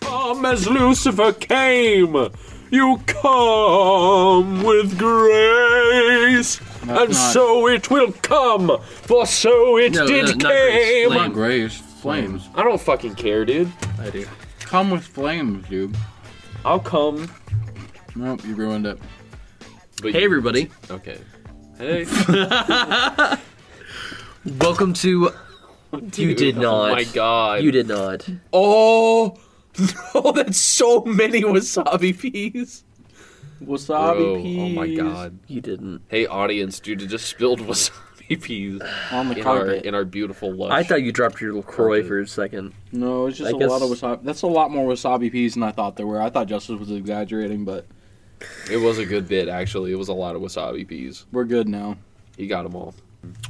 come as Lucifer came. You come with grace. No, and it's not. so it will come, for so it No, did no, not grace. came. Flame, grace. Flames. I don't fucking care, dude. I do. Come with flames, dude. I'll come. Nope, you ruined it. But Hey, everybody. Okay. Hey. Welcome to. you did not. Oh my god. You did not. Oh, Oh, that's so many wasabi peas. Wasabi bro. Oh my god. You didn't. Hey, audience, dude, it just spilled wasabi peas On the in our carpet. in our beautiful lush. I thought you dropped your LaCroix for a second. No, it's just I a lot of guess- wasabi. That's a lot more wasabi peas than I thought there were. I thought Justice was exaggerating, but it was a good bit actually. It was a lot of wasabi peas. we're good now. He got them all.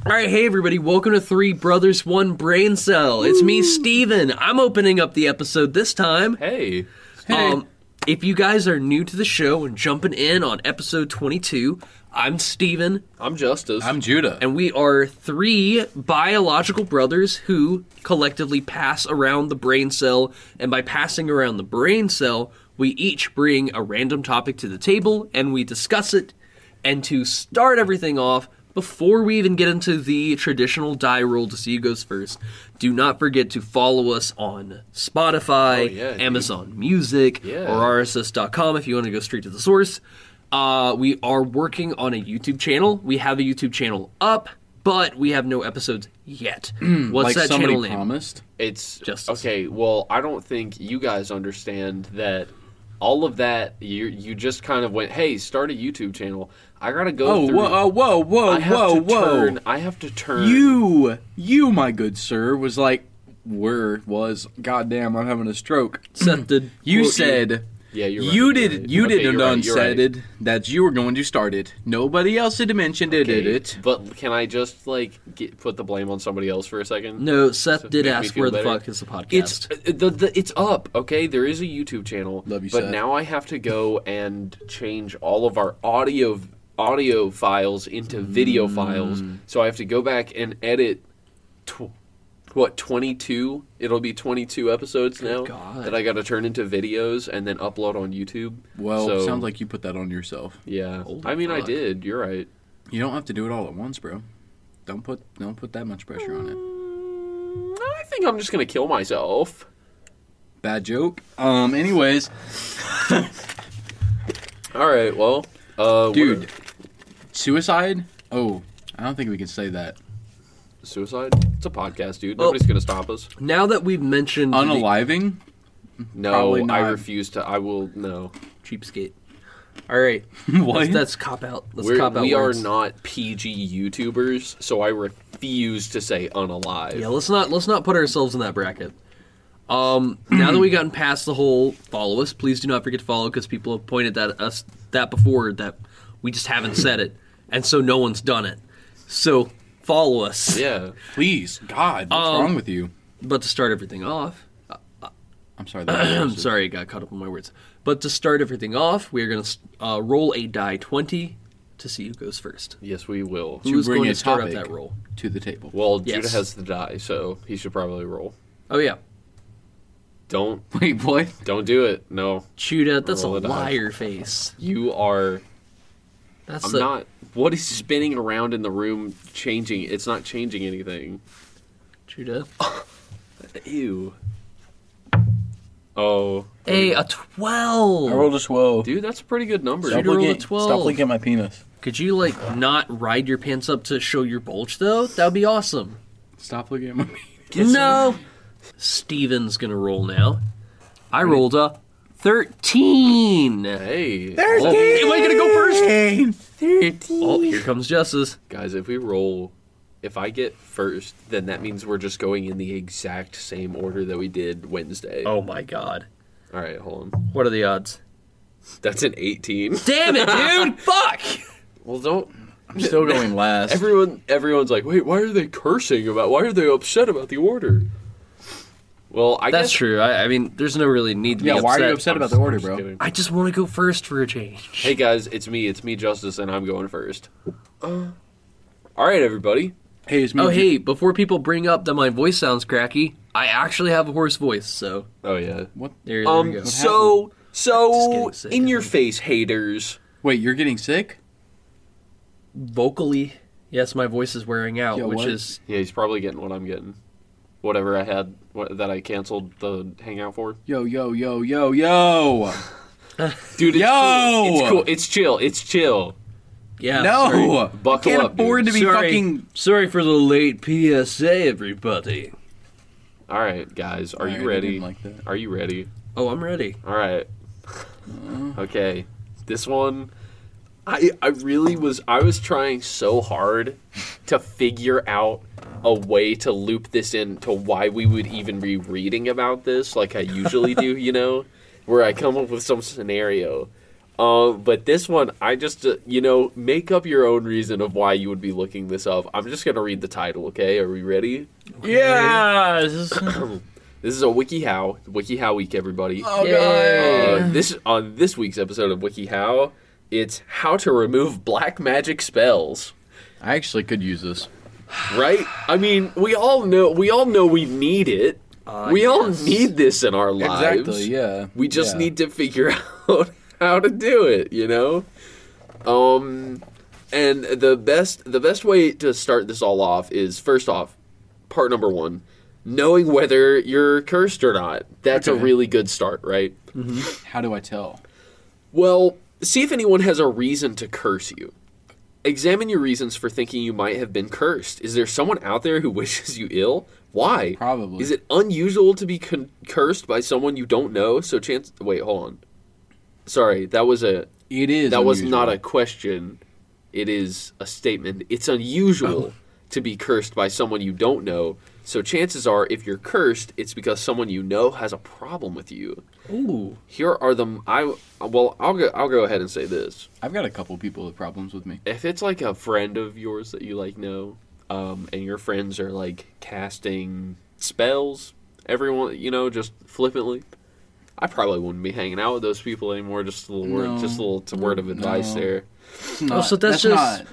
All right, hey everybody, welcome to Three Brothers One Brain Cell. It's me, Steven. I'm opening up the episode this time. Hey, Um, if you guys are new to the show and jumping in on episode 22, I'm Steven, I'm Justice. I'm Judah. and we are three biological brothers who collectively pass around the brain cell. And by passing around the brain cell, we each bring a random topic to the table and we discuss it. And to start everything off, before we even get into the traditional die roll to see who goes first, do not forget to follow us on Spotify, yeah, dude. Amazon Music, Yeah. or rss.com if you want to go straight to the source. Uh, we are working on a YouTube channel. We have a YouTube channel up, but we have no episodes yet. Hmm, like What's that somebody channel name? promised. It's Justice. okay. Well, I don't think you guys understand that all of that. You you just kind of went, hey, start a YouTube channel. I gotta go Oh, through. whoa, oh, whoa, whoa, I have whoa, to whoa. turn. I have to turn. You, you, my good sir, was like, were, was, goddamn, I'm having a stroke. Seth did. You quote said, Yeah, you're right, you you're did, right. you Okay, did you're and right, you're right. unsaid it that you were going to start it. Nobody else had mentioned it, did Okay, it? But can I just like get, put the blame on somebody else for a second? No, Seth make did me ask feel where better. the fuck is the podcast. It's uh, the, the it's up, okay? There is a YouTube channel. Love you, but Seth. now I have to go and change all of our audio audio files into video Mm. files. So I have to go back and edit tw- what 22? It'll be 22 episodes now God. that I got to turn into videos and then upload on YouTube. Well, So, sounds like you put that on yourself. yeah. Holy I mean, I fuck. did. You're right. You don't have to do it all at once, bro. Don't put don't put that much pressure on it. Mm, I think I'm just going to kill myself. Bad joke. Um. Anyways, All right. Well, uh what- dude, suicide. Oh, I don't think we can say that. suicide? It's a podcast, dude. Nobody's going to stop us. now that we've mentioned the Unaliving. No, Probably I not. refuse to. I will no. cheapskate. All right, what? Let's, that's cop out. Let's We're, cop out. we are words. not PG YouTubers, so I refuse to say unalive. Yeah, let's not let's not put ourselves in that bracket. Um, now that we've gotten past the whole follow us, please do not forget to follow because people have pointed that at us that before that we just haven't said it, and so no one's done it. So follow us. Yeah. Please, God, what's Um, wrong with you? But to start everything off, I'm sorry. That I'm sorry, I got caught up in my words. But to start everything off, we are going to uh, roll a die twenty to see who goes first. Yes, we will. To Who's bring going a to start out topic. that roll? to the table. Well, Yes. Judah has the die, so he should probably roll. Oh yeah, Don't Wait, boy. don't do it. No, Chuda, that's Roll a a die. liar face. you are. That's I'm a- not. What is spinning around in the room? Changing? It's not changing anything. Chuda. Ew. Oh, Hey, a twelve. a twelve. dude, that's a pretty good number. Stop Shooter rolled a looking- 12. at my penis. Could you like not ride your pants up to show your bulge though? That would be awesome. Stop looking at my. penis. no. Steven's gonna roll now. I rolled a thirteen. Hey, Oh, am I gonna go first? Thirteen. Oh, here comes Justice. Guys, if we roll, if I get first, then that means we're just going in the exact same order that we did Wednesday. Oh my god. All right, hold on. What are the odds? That's an 18. Damn it, dude! Fuck! Well, don't. I'm still going last. Everyone, everyone's like, wait, why are they cursing about? Why are they upset about the order? Well, I That's guess. true. I, I mean, there's no really need to be yeah, upset. why are you upset about the order, Just bro? kidding. I just want to go first for a change. Hey guys, it's me. It's me, Justice, and I'm going first. Uh, All right, everybody. Hey, it's me. Oh, Oh, hey, before people bring up that my voice sounds cracky, I actually have a hoarse voice, so Oh yeah. What? there, there we go. Um. So getting so sick, in I your think. face, haters. Wait, you're getting sick? Vocally, yes, my voice is wearing out, Yeah, which what? is Yeah, he's probably getting what I'm getting. Whatever I had what, that I canceled the hangout for. Yo, yo, yo, yo, yo. Dude, it's Yo! cool. It's cool. It's chill. It's chill. yeah. sorry. No, Buckle I can't up, dude. afford to be sorry, fucking. sorry for the late PSA, everybody. All right, guys, are Alright, I you didn't ready? like that. Are you ready? Oh, I'm ready. All right. okay. This one I I really was I was trying so hard to figure out a way to loop this in to why we would even be reading about this like I usually do, you know, where I come up with some scenario. Uh, but this one, I just, uh, you know, make up your own reason of why you would be looking this up. I'm just going to read the title, okay? Are we ready? Yeah. This is... This is a WikiHow, WikiHow week, everybody. Oh, Yay. Uh, this on this week's episode of WikiHow, it's how to remove black magic spells. I actually could use this. Right? I mean, we all know we all know we need it. Uh, we all yes. need this in our lives. Exactly. Yeah. We just Yeah. need to figure out how to do it, you know? Um and the best the best way to start this all off is first off, part number 1, knowing whether you're cursed or not. That's a Okay. really good start, right? How do I tell? Well, see if anyone has a reason to curse you. Examine your reasons for thinking you might have been cursed. Is there someone out there who wishes you ill? Why? Probably. Is it unusual to be con- cursed by someone you don't know? So chance. Wait, hold on. Sorry, that was a It is. that was unusual. not a question. It is a statement. It's Oh. unusual to be cursed by someone you don't know. So chances are, if you're cursed, it's because someone you know has a problem with you Ooh. here are the I well I'll go I'll go ahead and say this. I've got a couple people with problems with me. If it's like a friend of yours that you like know, um, and your friends are like casting spells, everyone you know just flippantly, I probably wouldn't be hanging out with those people anymore. Just a little word, No. just a little t- word of advice No. there. It's not, so that's just- not.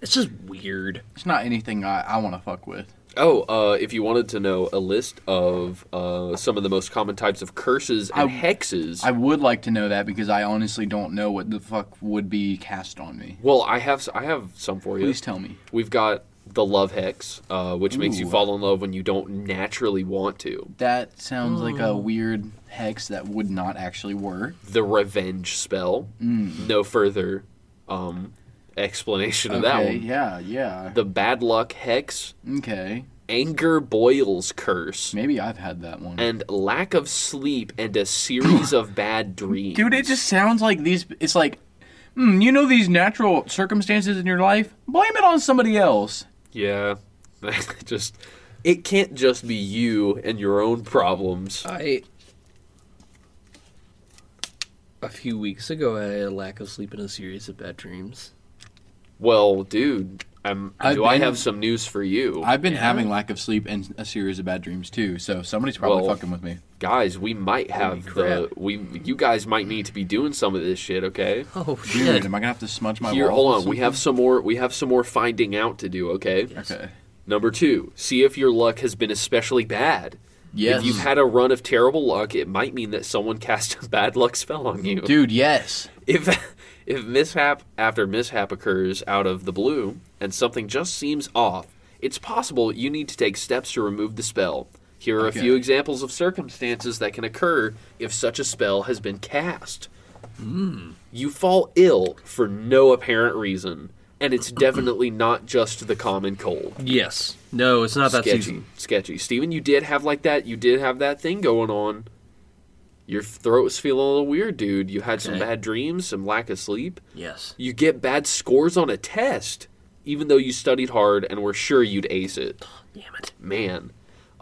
It's just weird. It's not anything I, I want to fuck with. Oh, uh, if you wanted to know a list of uh, some of the most common types of curses and I- hexes, I would like to know that because I honestly don't know what the fuck would be cast on me. well, I have s- I have some for you. Please tell me. We've got the love hex, uh, which makes you Ooh. fall in love when you don't naturally want to. That sounds like a weird hex that would not actually work. The revenge spell. Mm. No further um, explanation of that Okay, one. yeah, yeah. The bad luck hex, okay. anger boils curse, Maybe I've had that one. and lack of sleep and a series of bad dreams. Dude, it just sounds like these. It's like, hmm, you know, these natural circumstances in your life? Blame it on somebody else. yeah, just it can't just be you and your own problems. I a few weeks ago I had a lack of sleep and a series of bad dreams. Well, dude, I'm, I've do I been- have some news for you? I've been having lack of sleep and a series of bad dreams too, so somebody's probably Well, fucking with me. guys, we might have the we you guys might need to be doing some of this shit, okay? Oh Dude, shit! am I gonna have to smudge my Here, wall hold with on. We something? have some more we have some more finding out to do, okay? Okay. Number 2, see if your luck has been especially bad. Yes. If you've had a run of terrible luck, it might mean that someone cast a bad luck spell on you. Dude, yes. If if mishap after mishap occurs out of the blue and something just seems off, it's possible you need to take steps to remove the spell. Here are Okay. a few examples of circumstances that can occur if such a spell has been cast. Hmm. You fall ill for no apparent reason, and it's definitely not just the common cold. Yes. No, it's not that sketchy, season. sketchy. Steven, you did have like that. You did have that thing going on. Your throat was feeling a little weird, dude. You had some Okay. bad dreams, some lack of sleep. Yes. You get bad scores on a test, even though you studied hard and were sure you'd ace it. Damn it. Man,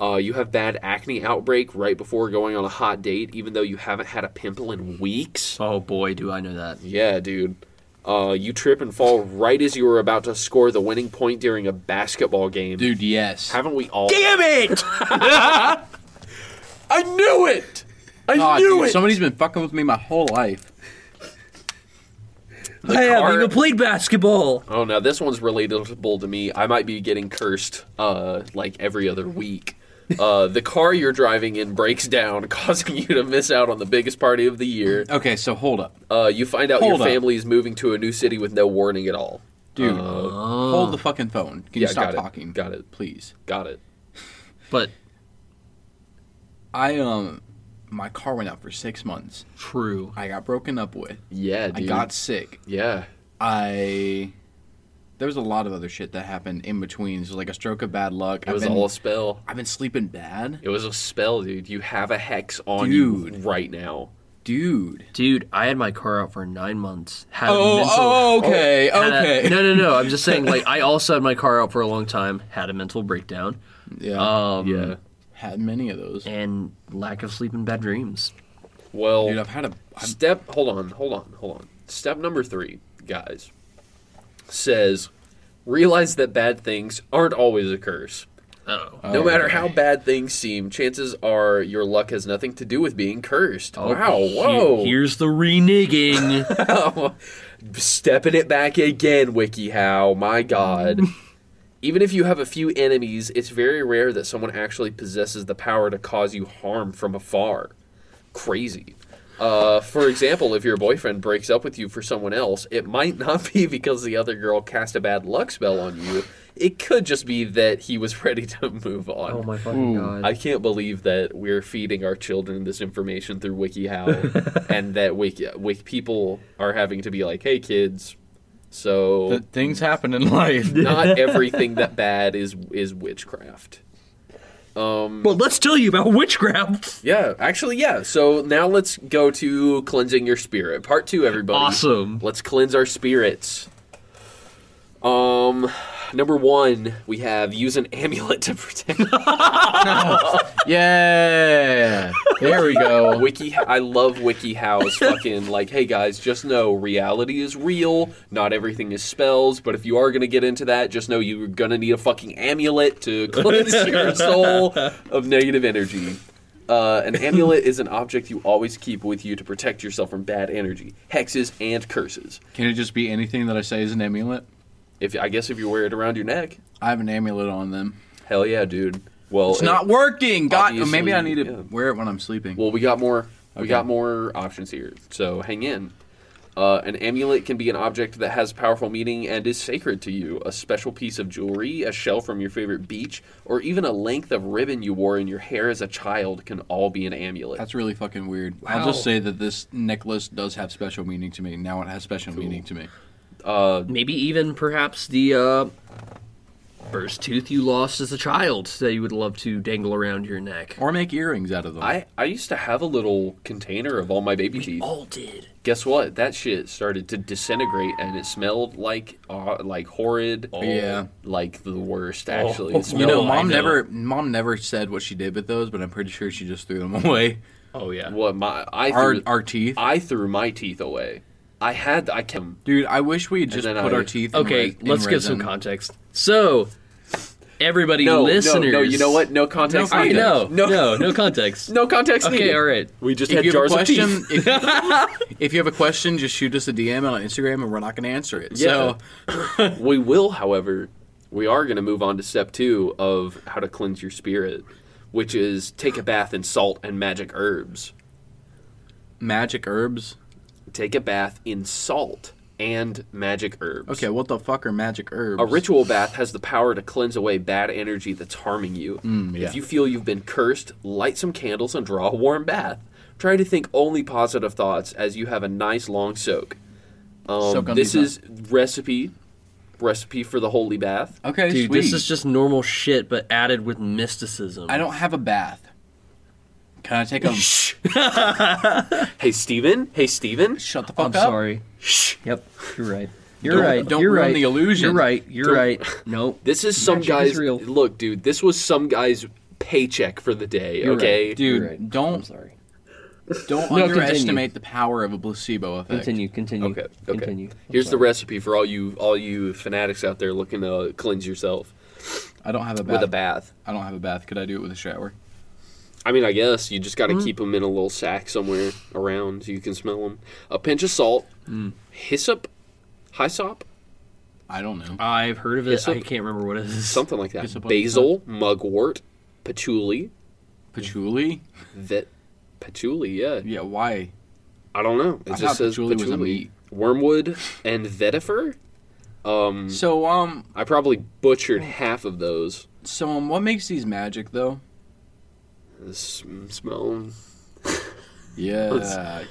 uh, you have bad acne outbreak right before going on a hot date, even though you haven't had a pimple in weeks. Oh boy, do I know that. Yeah, dude. Uh, you trip and fall right as you were about to score the winning point during a basketball game. Dude, yes. Haven't we all? Damn it! I knew it. I God, knew Ah, dude, it. Somebody's been fucking with me my whole life. I haven't car- even played basketball. Oh, now this one's relatable to me. I might be getting cursed uh, like every other week. uh, the car you're driving in breaks down, causing you to miss out on the biggest party of the year. Okay, so hold up, Uh, you find out Hold your up. family is moving to a new city with no warning at all. Uh, dude. Uh, Hold the fucking phone. Can you Yeah, stop got it. talking? Got it. please. Got it. But I um, my car went out for six months. true. I got broken up with. Yeah, I dude. got sick. yeah. I there was a lot of other shit that happened in between. So like a stroke of bad luck. It was I've been, all a spell. I've been sleeping bad, It was a spell, dude. You have a hex on you Dude. right now. dude. Dude, I had my car out for nine months. Had a Oh, mental- oh, okay, had a- okay. no, no, no. I'm just saying, like, I also had my car out for a long time, had a mental breakdown, Yeah, um, Mm-hmm. Yeah. had many of those. and lack of sleep and bad dreams. Well, Dude, I've had a. I've, step. Hold on. Hold on. Hold on. Step number three, guys, says realize that bad things aren't always a curse. Oh. No Oh, matter okay. how bad things seem, chances are your luck has nothing to do with being cursed. wow, Oh, He- whoa. here's the reneging. Stepping it back again, WikiHow. My god. Even if you have a few enemies, it's very rare that someone actually possesses the power to cause you harm from afar. Crazy. Uh, for example, if your boyfriend breaks up with you for someone else, it might not be because the other girl cast a bad luck spell on you. It could just be that he was ready to move on. oh my fucking god. I can't believe that we're feeding our children this information through WikiHow, and that Wiki, Wiki people are having to be like, "Hey, kids, so th- things happen in life. not everything that bad is is witchcraft." well, let's tell you about witchcraft. Yeah, actually, yeah. So now let's go to cleansing your spirit, part two, everybody. Awesome. Let's cleanse our spirits. Um, number one, we have use an amulet to protect. yeah, there we go. Wiki, I love WikiHow's fucking like, hey guys, just know reality is real. Not everything is spells, but if you are gonna get into that, just know you're gonna need a fucking amulet to cleanse your soul of negative energy. Uh, an amulet is an object you always keep with you to protect yourself from bad energy, hexes, and curses. Can it just be anything that I say is an amulet? If I guess if you wear it around your neck, I have an amulet on them. hell yeah, dude. Well, It's it- not working. God, obviously, maybe I need to yeah. wear it when I'm sleeping. Well, we got more. We Okay. got more options here, so hang in. Uh, an amulet can be an object that has powerful meaning and is sacred to you. A special piece of jewelry, a shell from your favorite beach, or even a length of ribbon you wore in your hair as a child can all be an amulet. That's really fucking weird. I'll Wow. just say that this necklace does have special meaning to me. Now it has special meaning to me. Maybe even perhaps the uh, first tooth you lost as a child that you would love to dangle around your neck. Or make earrings out of them. I, I used to have a little container of all my baby teeth. All did. Guess what? That shit started to disintegrate, and it smelled like uh, like horrid. Yeah. Oh, like the worst. Actually, It you know, smelled- mom know. never mom never said what she did with those, but I'm pretty sure she just threw them away. Oh yeah. what my I Our threw- our teeth. I threw my teeth away. I had I kept them. Dude, I wish we had just then put I- our teeth in Okay, res- in let's give some resin. context. So, everybody, No, listeners, no, no. You know what? No context. No I needed. know. No, No, no, no context. no context. Okay, needed. all right. We just If had you have a jars question, of teeth. if, if you have a question, just shoot us a DM on Instagram, and we're not going to answer it. Yeah. So We will, however, we are going to move on to step two of how to cleanse your spirit, which is take a bath in salt and magic herbs. magic herbs. Take a bath in salt and magic herbs. Okay, what the fuck are magic herbs? A ritual bath has the power to cleanse away bad energy that's harming you. Mm, yeah. If you feel you've been cursed, light some candles and draw a warm bath. Try to think only positive thoughts as you have a nice long soak. Um, Soak on this these is recipe recipe for the holy bath. Okay, Dude, sweet. this is just normal shit, but added with mysticism. I don't have a bath. Can I take a? Shh. hey Steven, hey Steven. Shut the fuck I'm up. sorry. Shh. Yep, you're right. You're Don't- right. don't you're ruin right. the illusion. You're right. You're Don't- right. No, This is some Magic is guy's real. look, dude. This was some guy's paycheck for the day. You're okay, right. Dude, You're right. don't- I'm sorry. Don't No, continue. underestimate the power of a placebo effect. Continue. Continue. Okay. Okay. Continue. Here's the recipe for all you all you fanatics out there looking to cleanse yourself I don't have a bath. with a bath. I don't have a bath. Could I do it with a shower? I mean, I guess you just got to 'em keep them in a little sack somewhere around so you can smell them. A pinch of salt, Mm. hyssop, hyssop, I don't know. I've heard of this. Yeah, I so- can't remember what it is. something like that. Hyssop on the Basil, mugwort, patchouli, Patchouli? that patchouli. Yeah, Yeah, why? I don't know. It I just thought says patchouli patchouli, was a meat. wormwood, and vetiver. Um, So um I probably Oh. butchered half of those. so um what makes these magic though? This smell, Yeah.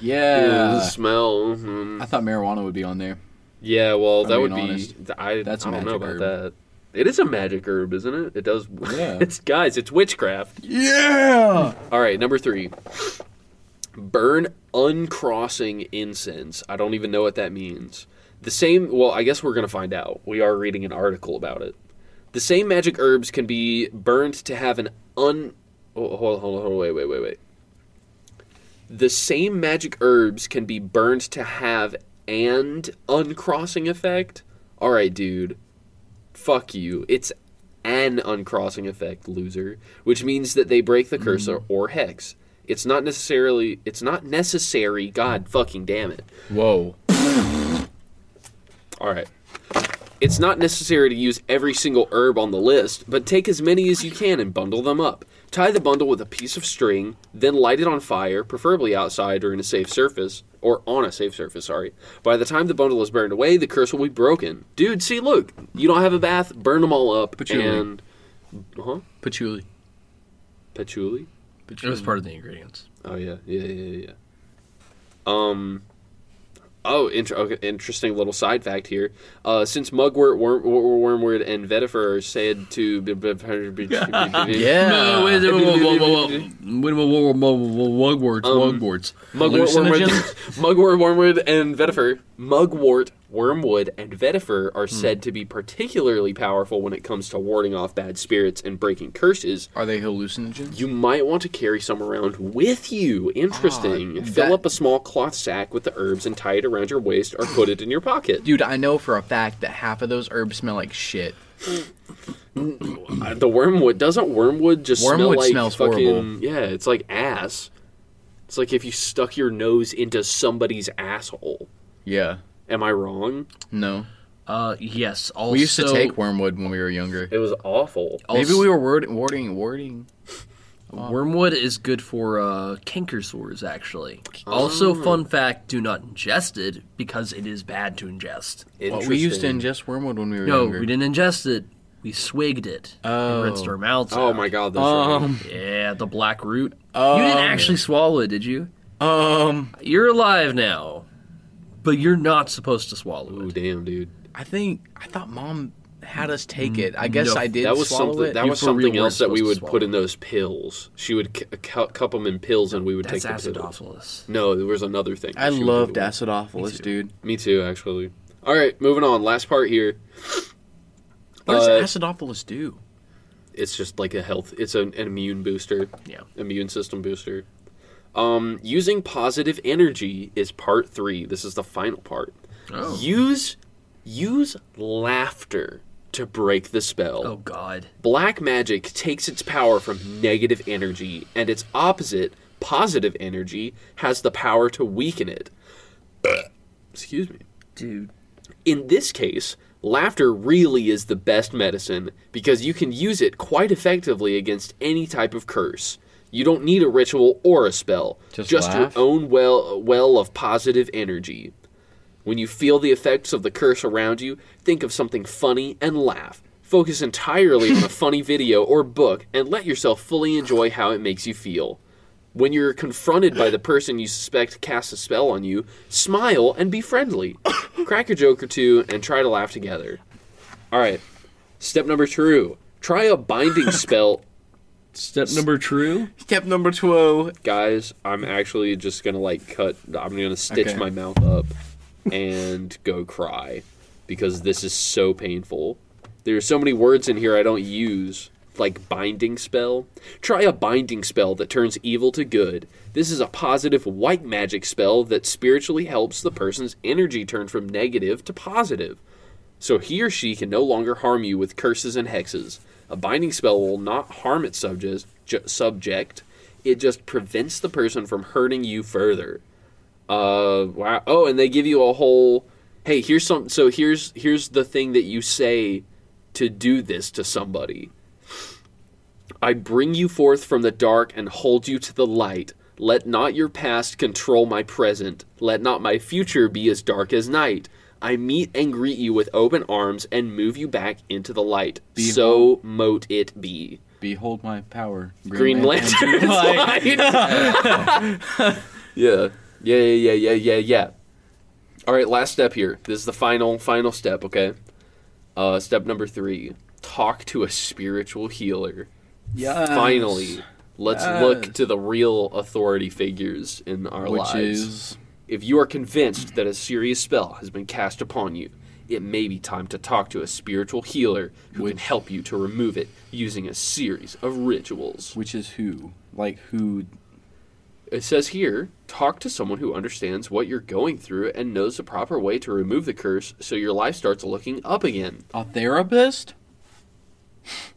yeah, Yeah. smell. mhm. I thought marijuana would be on there. Yeah, well, I'm that would being be. honest. th- I, That's I a don't know about magic that. It is a magic herb, isn't it? It does. Yeah. it's guys. It's witchcraft. Yeah. All right, number three. Burn uncrossing incense. I don't even know what that means. The same. Well, I guess we're gonna find out. We are reading an article about it. The same magic herbs can be burned to have an un. Oh, hold on, hold on, hold on, wait, wait, wait, wait. The same magic herbs can be burned to have and uncrossing effect. All right, dude. Fuck you. It's an uncrossing effect, loser, which means that they break the curse or, or hex. It's not necessarily. It's not necessary. God fucking damn it. Whoa. All right. It's not necessary to use every single herb on the list, but take as many as you can and bundle them up. Tie the bundle with a piece of string, then light it on fire, preferably outside or in a safe surface, or on a safe surface, sorry. By the time the bundle is burned away, the curse will be broken. Dude, see, look, you don't have a bath, burn them all up, Patchouli. and... Huh? Patchouli. Patchouli? It was part of the ingredients. Oh, yeah, yeah, yeah, yeah. Um... Oh, inter- okay, interesting little side fact here. Uh, since mugwort, worm- wor- wormwood, and vetiver are said to be, be- be- be- be- Yeah. No, wait, whoa, whoa, whoa, whoa, whoa. Wait, whoa, whoa, whoa, whoa, whoa, Mugworts, Um, mugworts. mugwort, wormwood, Hallucinogens? mugwort, wormwood, and vetiver, mugwort, wormwood, and vetiver are Hmm. said to be particularly powerful when it comes to warding off bad spirits and breaking curses. Are they hallucinogens? You might want to carry some around with you. Interesting. Ah, Fill that- up a small cloth sack with the herbs and tie it around your waist or put it in your pocket. Dude, I know for a fact that half of those herbs smell like shit. Uh, the wormwood doesn't wormwood just smell Wormwood like smells fucking horrible. yeah it's like ass it's like if you stuck your nose into somebody's asshole Yeah. am i wrong No. Uh, yes. Also, We used to take wormwood when we were younger. it was awful Maybe also- we were word- warding, warding. Wormwood is good for uh, canker sores, actually. Also, Oh. fun fact: do not ingest it because it is bad to ingest. Well, we used to Interesting. ingest wormwood when we were No, younger. we didn't ingest it. We swigged it Oh. and rinsed our mouths. oh out. my god that's Um, Yeah, the black root. you Um. didn't actually swallow it, did you? um, You're alive now, but you're not supposed to right. swallow Ooh, it. damn dude I think I thought mom had us take it. I guess no, I did. that was swallow something It. that You was for real something weren't else that we supposed would to put in those pills she would cu- cu- cup them in pills and we would That's take the pills acidophilus. no there was another thing I that she would loved do. acidophilus, dude. me too actually all right moving on last part here What Uh, does acidophilus do? it's just like a health it's an, an immune booster Yeah. immune system booster um using positive energy is part three this is the final part Oh. use use laughter to break the spell Oh God. black magic takes its power from negative energy and its opposite positive energy has the power to weaken it excuse me Dude. in this case, laughter really is the best medicine because you can use it quite effectively against any type of curse. You don't need a ritual or a spell, Just your laugh? own well well of positive energy. When you feel the effects of the curse around you, think of something funny and laugh. Focus entirely on a funny video or book and let yourself fully enjoy how it makes you feel. When you're confronted by the person you suspect casts a spell on you, smile and be friendly. Crack a joke or two and try to laugh together. All right. Step number true. Try a binding spell. Step number true. Step number twelve. Guys, I'm actually just going to like cut I'm going to stitch Okay. my mouth up and go cry because this is so painful. There's so many words in here I don't use, like binding spell. Try a binding spell that turns evil to good. This is a positive white magic spell that spiritually helps the person's energy turn from negative to positive. So he or she can no longer harm you with curses and hexes. A binding spell will not harm its subject, ju- subject. It just prevents the person from hurting you further. Uh, wow. Oh, and they give you a whole. Hey, here's some. So here's here's the thing that you say to do this to somebody. I bring you forth from the dark and hold you to the light. Let not your past control my present. Let not my future be as dark as night. I meet and greet you with open arms and move you back into the light. So mote it be. Behold my power. Green Lantern's light. yeah. Yeah, yeah, yeah, yeah, yeah, yeah. All right, last step here. This is the final, final step, okay? Uh, step number three talk to a spiritual healer. Yes. Finally, let's look Yes. to the real authority figures in our Which lives. is If you are convinced that a serious spell has been cast upon you, it may be time to talk to a spiritual healer who can help you to remove it using a series of rituals. which is who? Like who? It says here talk to someone who understands what you're going through and knows the proper way to remove the curse so your life starts looking up again. A therapist?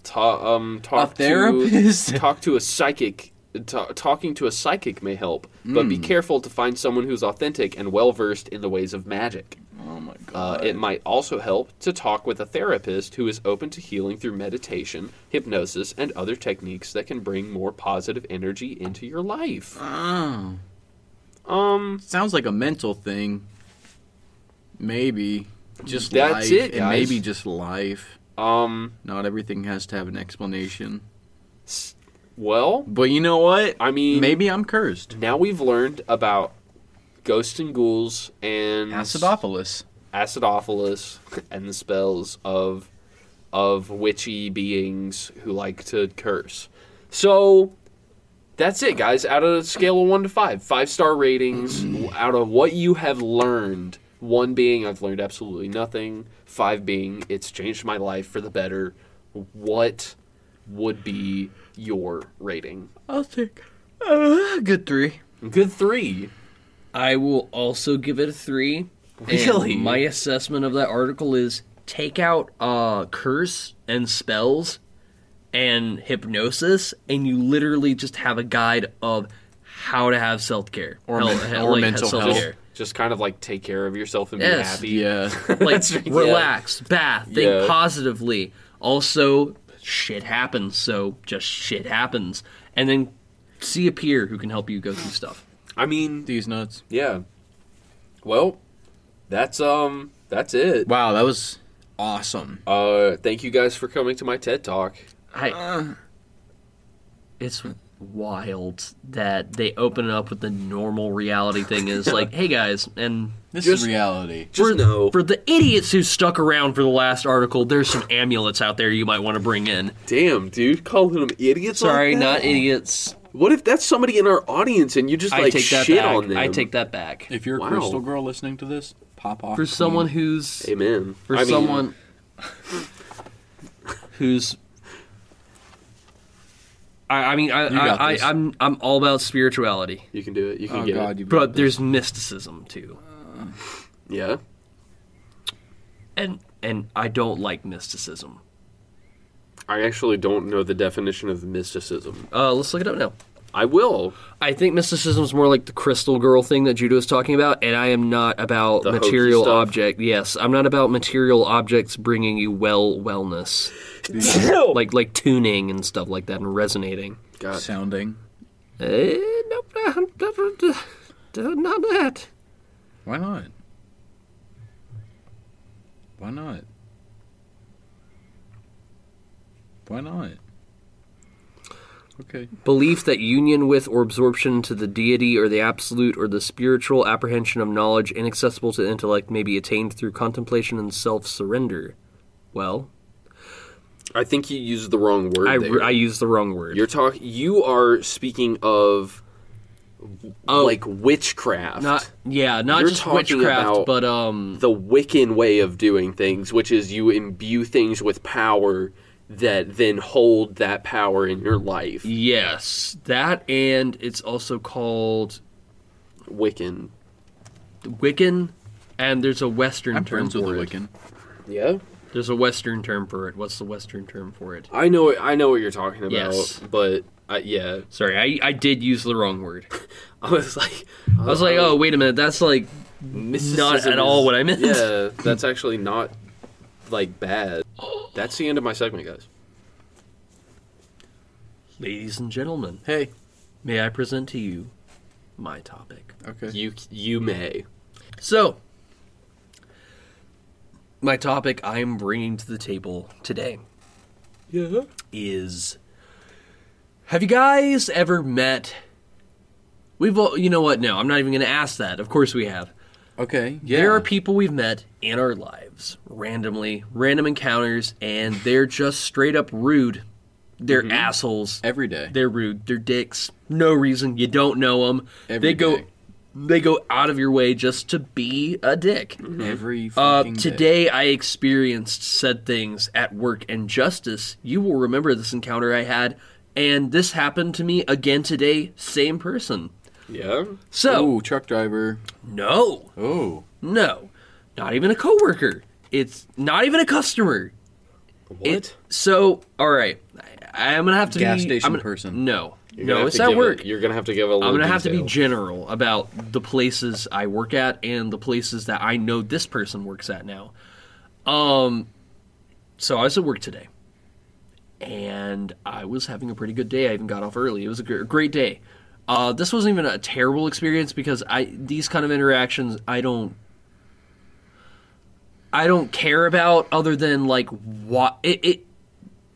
Ta- um, talk therapist? To, talk to a psychic. Ta talking to a psychic may help, but Hmm. be careful to find someone who's authentic and well versed in the ways of magic. Oh my Uh, god. it might also help to talk with a therapist who is open to healing through meditation, hypnosis, and other techniques that can bring more positive energy into your life. oh. Um, Sounds like a mental thing. Maybe. Just That's life. it, and guys. maybe just life. um, Not everything has to have an explanation. s- well, But you know what? I mean, maybe I'm cursed. now we've learned about ghosts and ghouls and Acidophilus. acidophilus and the spells of of witchy beings who like to curse. So that's it, guys. Out of a scale of one to five, five star ratings. out of what you have learned, one being I've learned absolutely nothing. Five being it's changed my life for the better. What would be your rating? I'll take uh, good three. Good three. I will also give it a three. And Really? my assessment of that article is take out uh, curse and spells and hypnosis, and you literally just have a guide of how to have self care Or men- or mental health. Just, just kind of like take care of yourself and Yes. be happy. Yeah. Like right, relax, bath, think Yeah. positively. Also, shit happens, so just shit happens, and then see a peer who can help you go through stuff. I mean, These nuts. Yeah. Well, that's um that's it. Wow, that was awesome. Uh thank you guys for coming to my TED Talk. I, it's wild that they open it up with the normal reality thing is like, hey guys, and This Just- is reality. Just know for the idiots who stuck around for the last article, there's some amulets out there you might want to bring in. damn dude, calling them idiots. like Sorry, that? not idiots. What if that's somebody in our audience and you just I like take that shit back. on them? I take that back. If you're a Wow. crystal girl listening to this, pop off. For someone who's Amen. for I mean, someone who's I, I mean I, got I, I this. I'm I'm all about spirituality. you can do it. You can Oh get god, it. you But there's mysticism too. Yeah. And and I don't like mysticism. I actually don't know the definition of mysticism. Uh, let's look it up now. I will. I think mysticism is more like the crystal girl thing that Judah was talking about, and I am not about The hokey material stuff? object. Yes, I'm not about material objects bringing you well wellness, Oh. like like tuning and stuff like that, and resonating. God. sounding. Eh, nope, uh, not that. Why not? Why not? Why not? Okay. Belief that union with or absorption to the deity or the absolute or the spiritual apprehension of knowledge inaccessible to intellect may be attained through contemplation and self surrender. Well, I think you used the wrong word I, there. I used the wrong word. You're talk you are speaking of like witchcraft. Oh. Not yeah, not You're just talking witchcraft, about- but um, the Wiccan way of doing things, which is you imbue things with power that then hold that power in your life. yes, that, and it's also called Wiccan. Wiccan, and there's a Western I'm term friends with for the it. Wiccan. Yeah. There's a Western term for it. What's the Western term for it? I know I know what you're talking about, Yes. but I, yeah. Sorry, I, I did use the wrong word. I was like I was like, oh wait a minute, that's like not at all what I meant. Yeah, that's actually not like bad. That's the end of my segment, guys. Ladies and gentlemen, Hey. may I present to you my topic. Okay. You you may. So, my topic I'm bringing to the table today Yeah. is Have you guys ever met? We've all, you know what? No, I'm not even going to ask that. Of course we have. Okay. Yeah. There are people we've met in our lives randomly, random encounters, and they're just straight up rude. They're assholes. every day. They're rude. They're dicks. No reason. You don't know them. Every they go, day. they go out of your way just to be a dick. Every Uh, Mm-hmm. fucking day. today, I experienced said things at work and justice. You will remember this encounter I had, and this happened to me again today. Same person. Yeah. So Ooh, truck driver. no, Oh. no, not even a coworker. It's not even a customer. What? It, so all right, I, I'm gonna have to Gas be, station I'm gonna- person. No, You're gonna no, have it's to at give work. a- you're gonna have to give a little. I'm gonna have to be detail. general about the places I work at and the places that I know this person works at now. Um, so I was at work today, and I was having a pretty good day. I even got off early. It was a gr- great day. Uh, this wasn't even a terrible experience because I these kind of interactions I don't I don't care about other than like what it. it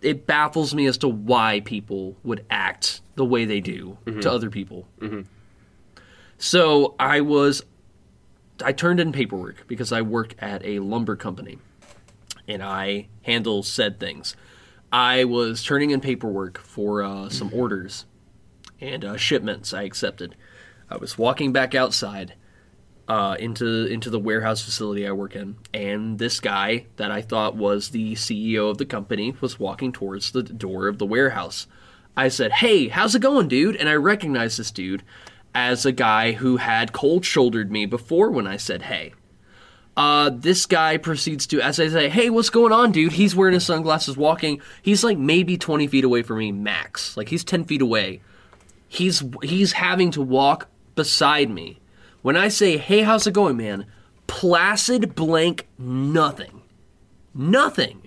it baffles me as to why people would act the way they do to other people. So I was, I turned in paperwork because I work at a lumber company, and I handle said things. I was turning in paperwork for uh, some orders and uh, shipments I accepted. I was walking back outside uh, into into the warehouse facility I work in, and this guy that I thought was the CEO of the company was walking towards the door of the warehouse. I said, "Hey, how's it going, dude?" And I recognized this dude as a guy who had cold shouldered me before when I said, "Hey." Uh, this guy proceeds to, as I say, hey, what's going on, dude? He's wearing his sunglasses, walking. He's like maybe 20 feet away from me, max. Like he's 10 feet away he's he's having to walk beside me. When I say, "Hey, how's it going, man?" placid blank nothing. Nothing.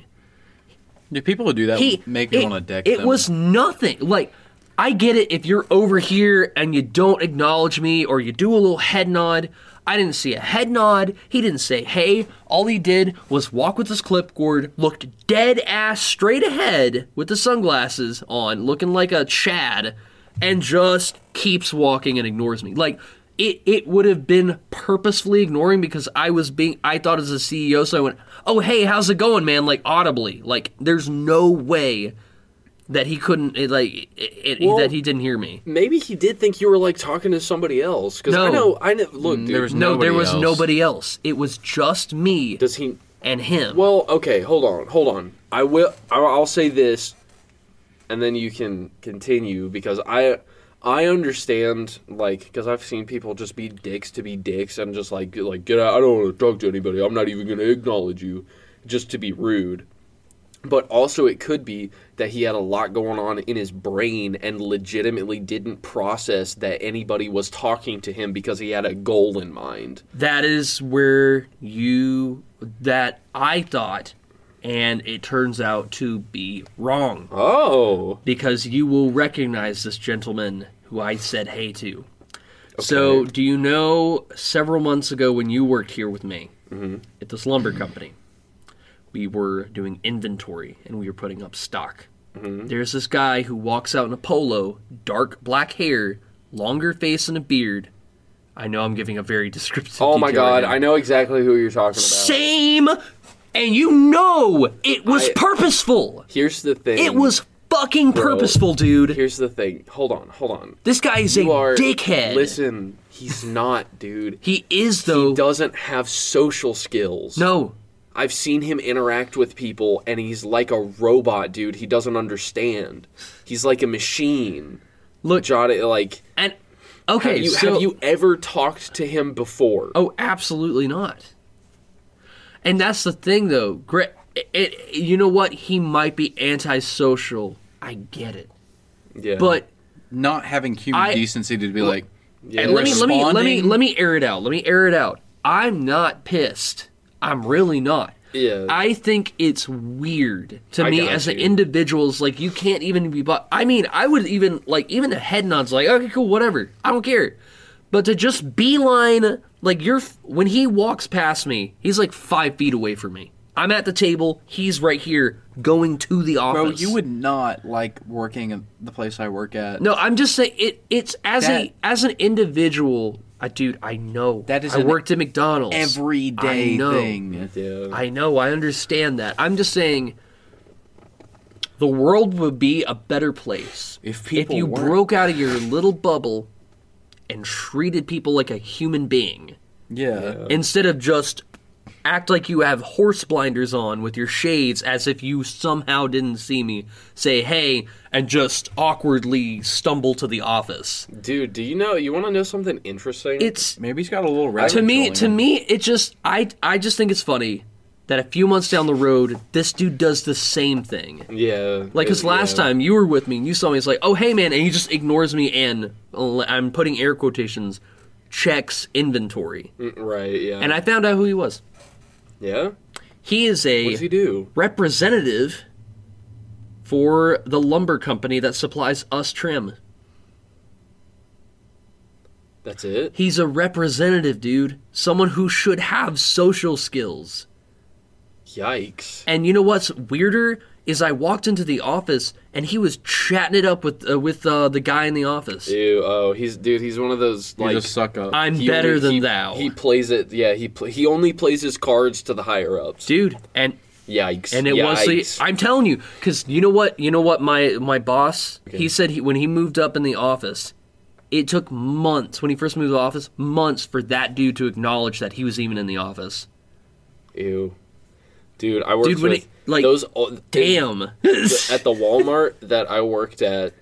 Do people who do that He make it, me want to deck It them? was nothing. Like I get it if you're over here and you don't acknowledge me or you do a little head nod. I didn't see a head nod. He didn't say, "Hey." All he did was walk with his clipboard, looked dead ass straight ahead with the sunglasses on, looking like a Chad, and just keeps walking and ignores me. Like it, it would have been purposefully ignoring because I was being I thought as a CEO, so I went, "Oh hey, how's it going, man?" Like audibly, like there's no way that he couldn't it, like it, it, Well- that he didn't hear me. Maybe he did think you were like talking to somebody else. Because I No. know. I know. Look, dude, there was No, Nobody there was else. nobody else. It was just me does he? and him. Well, okay. Hold on. Hold on. I will. I- I'll say this, and then you can continue because I. I understand, like, because I've seen people just be dicks to be dicks and just like, get- like, get out. I don't want to talk to anybody. I'm not even going to acknowledge you, just to be rude. But also, it could be that he had a lot going on in his brain and legitimately didn't process that anybody was talking to him because he had a goal in mind. that is where you that I thought and it turns out to be wrong. Oh, because you will recognize this gentleman who I said hey to. So, do you know several months ago when you worked here with me Mm-hmm. at this lumber company? We were doing inventory and we were putting up stock. Mm-hmm. There's this guy who walks out in a polo, dark black hair, longer face, and a beard. I know I'm giving a very descriptive. oh my detail right God! now. I know exactly who you're talking about. Same, and you know it was I- purposeful. Here's the thing. It was fucking purposeful, dude. Here's the thing. Hold on, hold on. This guy is a You are dickhead. Listen, he's not, dude. he is though. He doesn't have social skills. no, I've seen him interact with people, and he's like a robot, dude. He doesn't understand. He's like a machine. Look- John, it- like, and okay, have you, so have you ever talked to him before? oh, absolutely not. And that's the thing, though. Gre- it, it, you know what? He might be antisocial. I get it, yeah. but not having human I- decency to be like. yeah. and let me let me let me responding? let me air it out. Let me air it out. I'm not pissed. I'm really not. Yeah. I think it's weird to I me got as an you. individuals. Like you can't even be. But I mean, I would even like even a head nod's like okay, cool, whatever. I don't care. But to just beeline like you're f- when he walks past me, he's like five feet away from me. I'm at the table. He's right here, going to the office. Bro, you would not like working at the place I work at. No, I'm just saying it. It's as That- a as an individual, I, dude. I know That is I an worked at McDonald's everyday I know. thing. yeah. I know. I understand that. I'm just saying, the world would be a better place If people if you weren't. broke out of your little bubble and treated people like a human being Yeah. instead of just act like you have horse blinders on with your shades as if you somehow didn't see me say hey and just awkwardly stumble to the office Dude, do you know? You want to know something interesting? it's Maybe he's got a little rabbit to me trolling to him. me it just i i just think it's funny that a few months down the road this dude does the same thing yeah. like his because last time you were with me and you saw me it's like oh hey man and he just ignores me and l- i'm putting air quotations checks inventory Mm, Right. Yeah. and i found out who he was yeah. he is a What does he do? representative for the lumber company that supplies us trim That's it. he's a representative dude someone who should have social skills Yikes. And you know what's weirder is I walked into the office and he was chatting it up with uh, with uh, the guy in the office. Ew. Oh, he's dude. He's one of those You like. just suck up. I'm he better only- than he- thou, He plays it. Yeah. He pl- he only plays his cards to the higher ups. dude. And Yikes. and it Yikes. was the I'm telling you because you know what you know what my my boss he said he, when he moved up in the office. It took months when he first moved to the office, months for that dude to acknowledge that he was even in the office. Ew. Dude, I worked Dude, when with it- like, those o- Damn. the- at the Walmart that I worked at,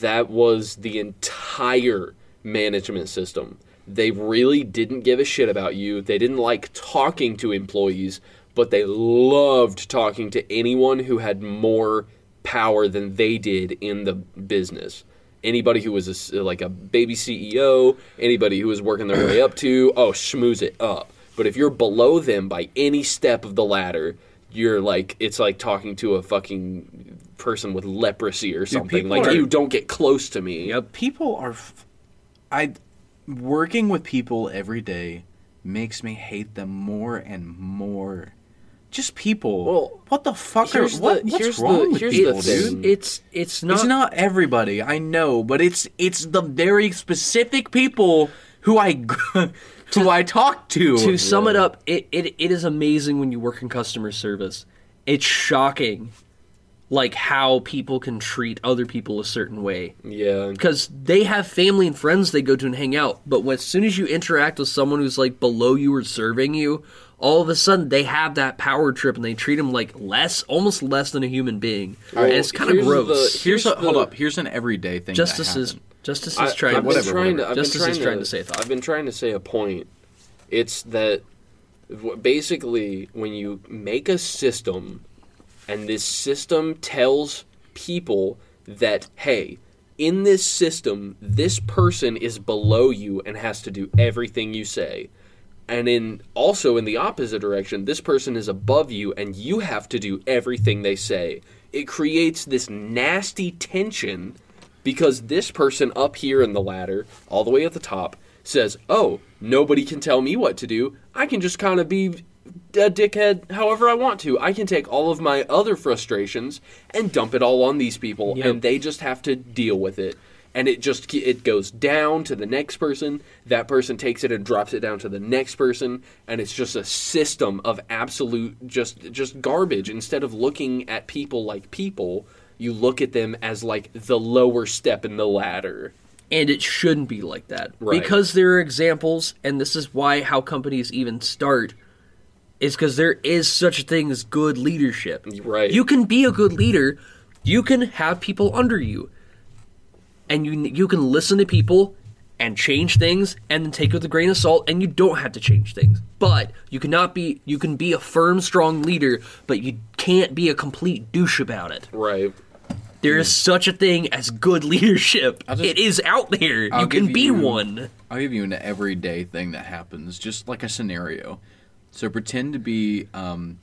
that was the entire management system. They really didn't give a shit about you. They didn't like talking to employees, but they loved talking to anyone who had more power than they did in the business. Anybody who was a s like a baby CEO, anybody who was working their way up to, oh, schmooze it up. But if you're below them by any step of the ladder, you're like it's like talking to a fucking person with leprosy or something. people Like are- you don't get close to me. Yep. people are f- i working with people every day makes me hate them more and more just people Well, what the fuck are, here's what, the- what's here's wrong the- with here's the people thing. dude dude. It's it's not, it's not everybody i know but it's it's the very specific people who i g- who i talk to, to sum it up, it, it it is amazing when you work in customer service. It's shocking, like how people can treat other people a certain way Yeah. because they have family and friends they go to and hang out. But when, as soon as you interact with someone who's like below you or serving you, all of a sudden they have that power trip and they treat them like less, almost less than a human being. and it's kind of here's gross. the- here's a here's hold the- up here's an everyday thing that Justice is happened. justice I- is trying. I've to- been whatever, trying to- whatever. I've been Justice is trying to say a thought. I've been trying to say a point. It's that w- basically when you make a system, and this system tells people that hey, in this system, this person is below you and has to do everything you say. And in also in the opposite direction, this person is above you and you have to do everything they say. It creates this nasty tension because this person up here in the ladder, all the way at the top, says, "Oh, nobody can tell me what to do. I can just kind of be a dickhead however I want to. I can take all of my other frustrations and dump it all on these people, and they just have to deal with it." And it just ke- it goes down to the next person. That person takes it and drops it down to the next person, and it's just a system of absolute just just garbage. Instead of looking at people like people, you look at them as like the lower step in the ladder. and it shouldn't be like that Right. because there are examples and this is why how companies even start is because there is such a thing as good leadership Right. you can be a good leader you can have people under you and you you can listen to people and change things and then take it with a grain of salt and you don't have to change things but you cannot be you can be a firm strong leader but you can't be a complete douche about it Right. there is such a thing as good leadership. just- it is out there. I'll you can give be you- one. I'll give you an everyday thing that happens, just like a scenario. So pretend to be um,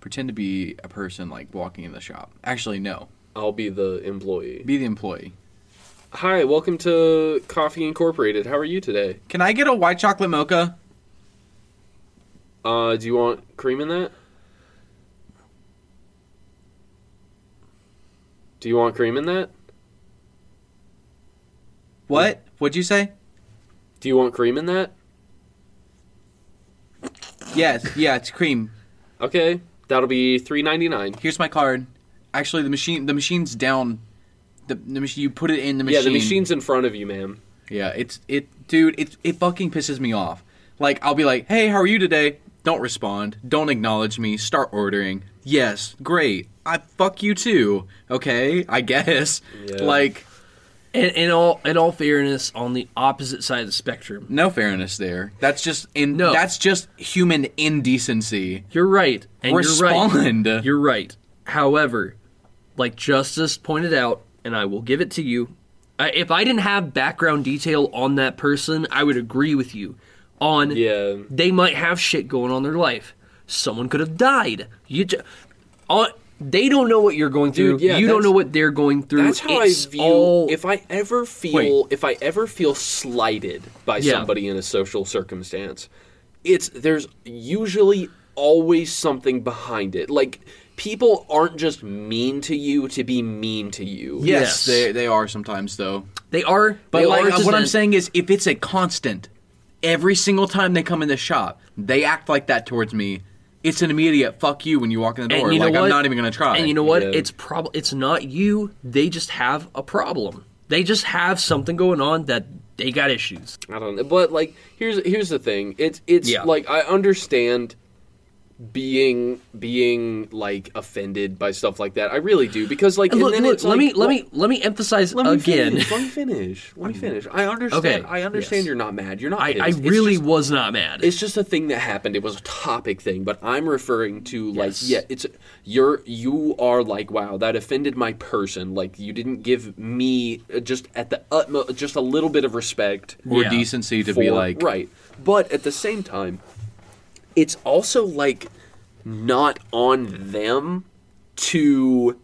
pretend to be a person like walking in the shop. Actually, no, I'll be the employee. be the employee. Hi, welcome to Coffee Incorporated. How are you today? Can I get a white chocolate mocha? Uh, do you want cream in that? Do you want cream in that? What? What'd you say? Do you want cream in that? Yes, yeah, it's cream. Okay, that'll be three ninety nine. Here's my card. Actually, the machine, the machine's down. The, the machine, you put it in the machine. Yeah, the machine's in front of you, ma'am. Yeah, it's it, dude. It it fucking pisses me off. Like I'll be like, "Hey, how are you today?" Don't respond. Don't acknowledge me. Start ordering. Yes, great. I fuck you too. Okay, I guess. Yeah. Like In, in all in all fairness, on the opposite side of the spectrum, no fairness there. That's just in. No. That's just human indecency. You're right. And Respond. You're right. You're right. However, like Justice pointed out, and I will give it to you, uh, if I didn't have background detail on that person, I would agree with you on Yeah, they might have shit going on in their life. Someone could have died. You ju- uh, they don't know what you're going through. Dude, yeah, you don't that's- know what they're going through. that's how It's I view. all- If I ever feel, Wait. if I ever feel slighted by Yeah. somebody in a social circumstance, it's there's usually always something behind it. Like people aren't just mean to you to be mean to you. Yes. they they are sometimes though. they are, But they like uh, are what I'm dissent- saying is, if it's a constant, every single time they come in the shop, they act like that towards me. It's an immediate fuck you when you walk in the door. And you know like I'm what? not even gonna try. And you know what? Yeah. It's prob it's not you. They just have a problem. They just have something going on that they got issues. I don't know. Uh, But like here's here's the thing. It's it's Yeah. like I understand being being like offended by stuff like that. I really do because like and Look, then look, it's let like, me let well, me let me emphasize let me again. Finish, let me finish. Let me finish. I understand. Okay, I understand yes. you're not mad. You're not. I, I pissed. It's really just- was not mad. it's just a thing that happened. It was a topic thing, but I'm referring to like Yes. yeah, it's you're you are like wow, that offended my person. Like you didn't give me uh, just at the utmost just a little bit of respect or Yeah. decency to for- be like, right but at the same time it's also like not on them to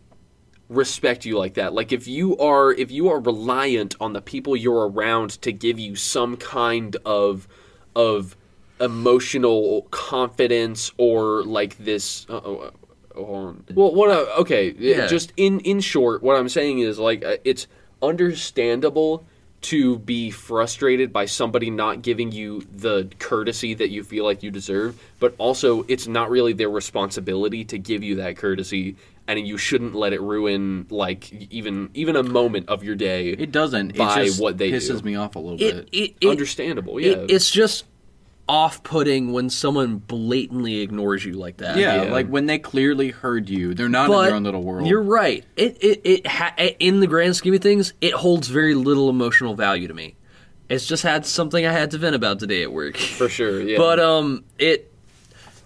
respect you like that like if you are if you are reliant on the people you're around to give you some kind of of emotional confidence or like this uh, oh, uh, hold on. well what uh, okay Yeah. just in in short, what I'm saying is like uh, it's understandable to be frustrated by somebody not giving you the courtesy that you feel like you deserve, but also it's not really their responsibility to give you that courtesy, and you shouldn't let it ruin like even even a moment of your day. It doesn't. By it just what they pisses do. me off a little bit. it, it, it, understandable, yeah. it- it's just off-putting when someone blatantly ignores you like that. yeah, yeah. like when they clearly heard you, they're not in But their own little world. You're right. It it it ha- in the grand scheme of things, it holds very little emotional value to me. It's just had something I had to vent about today at work. for sure, yeah. But um, it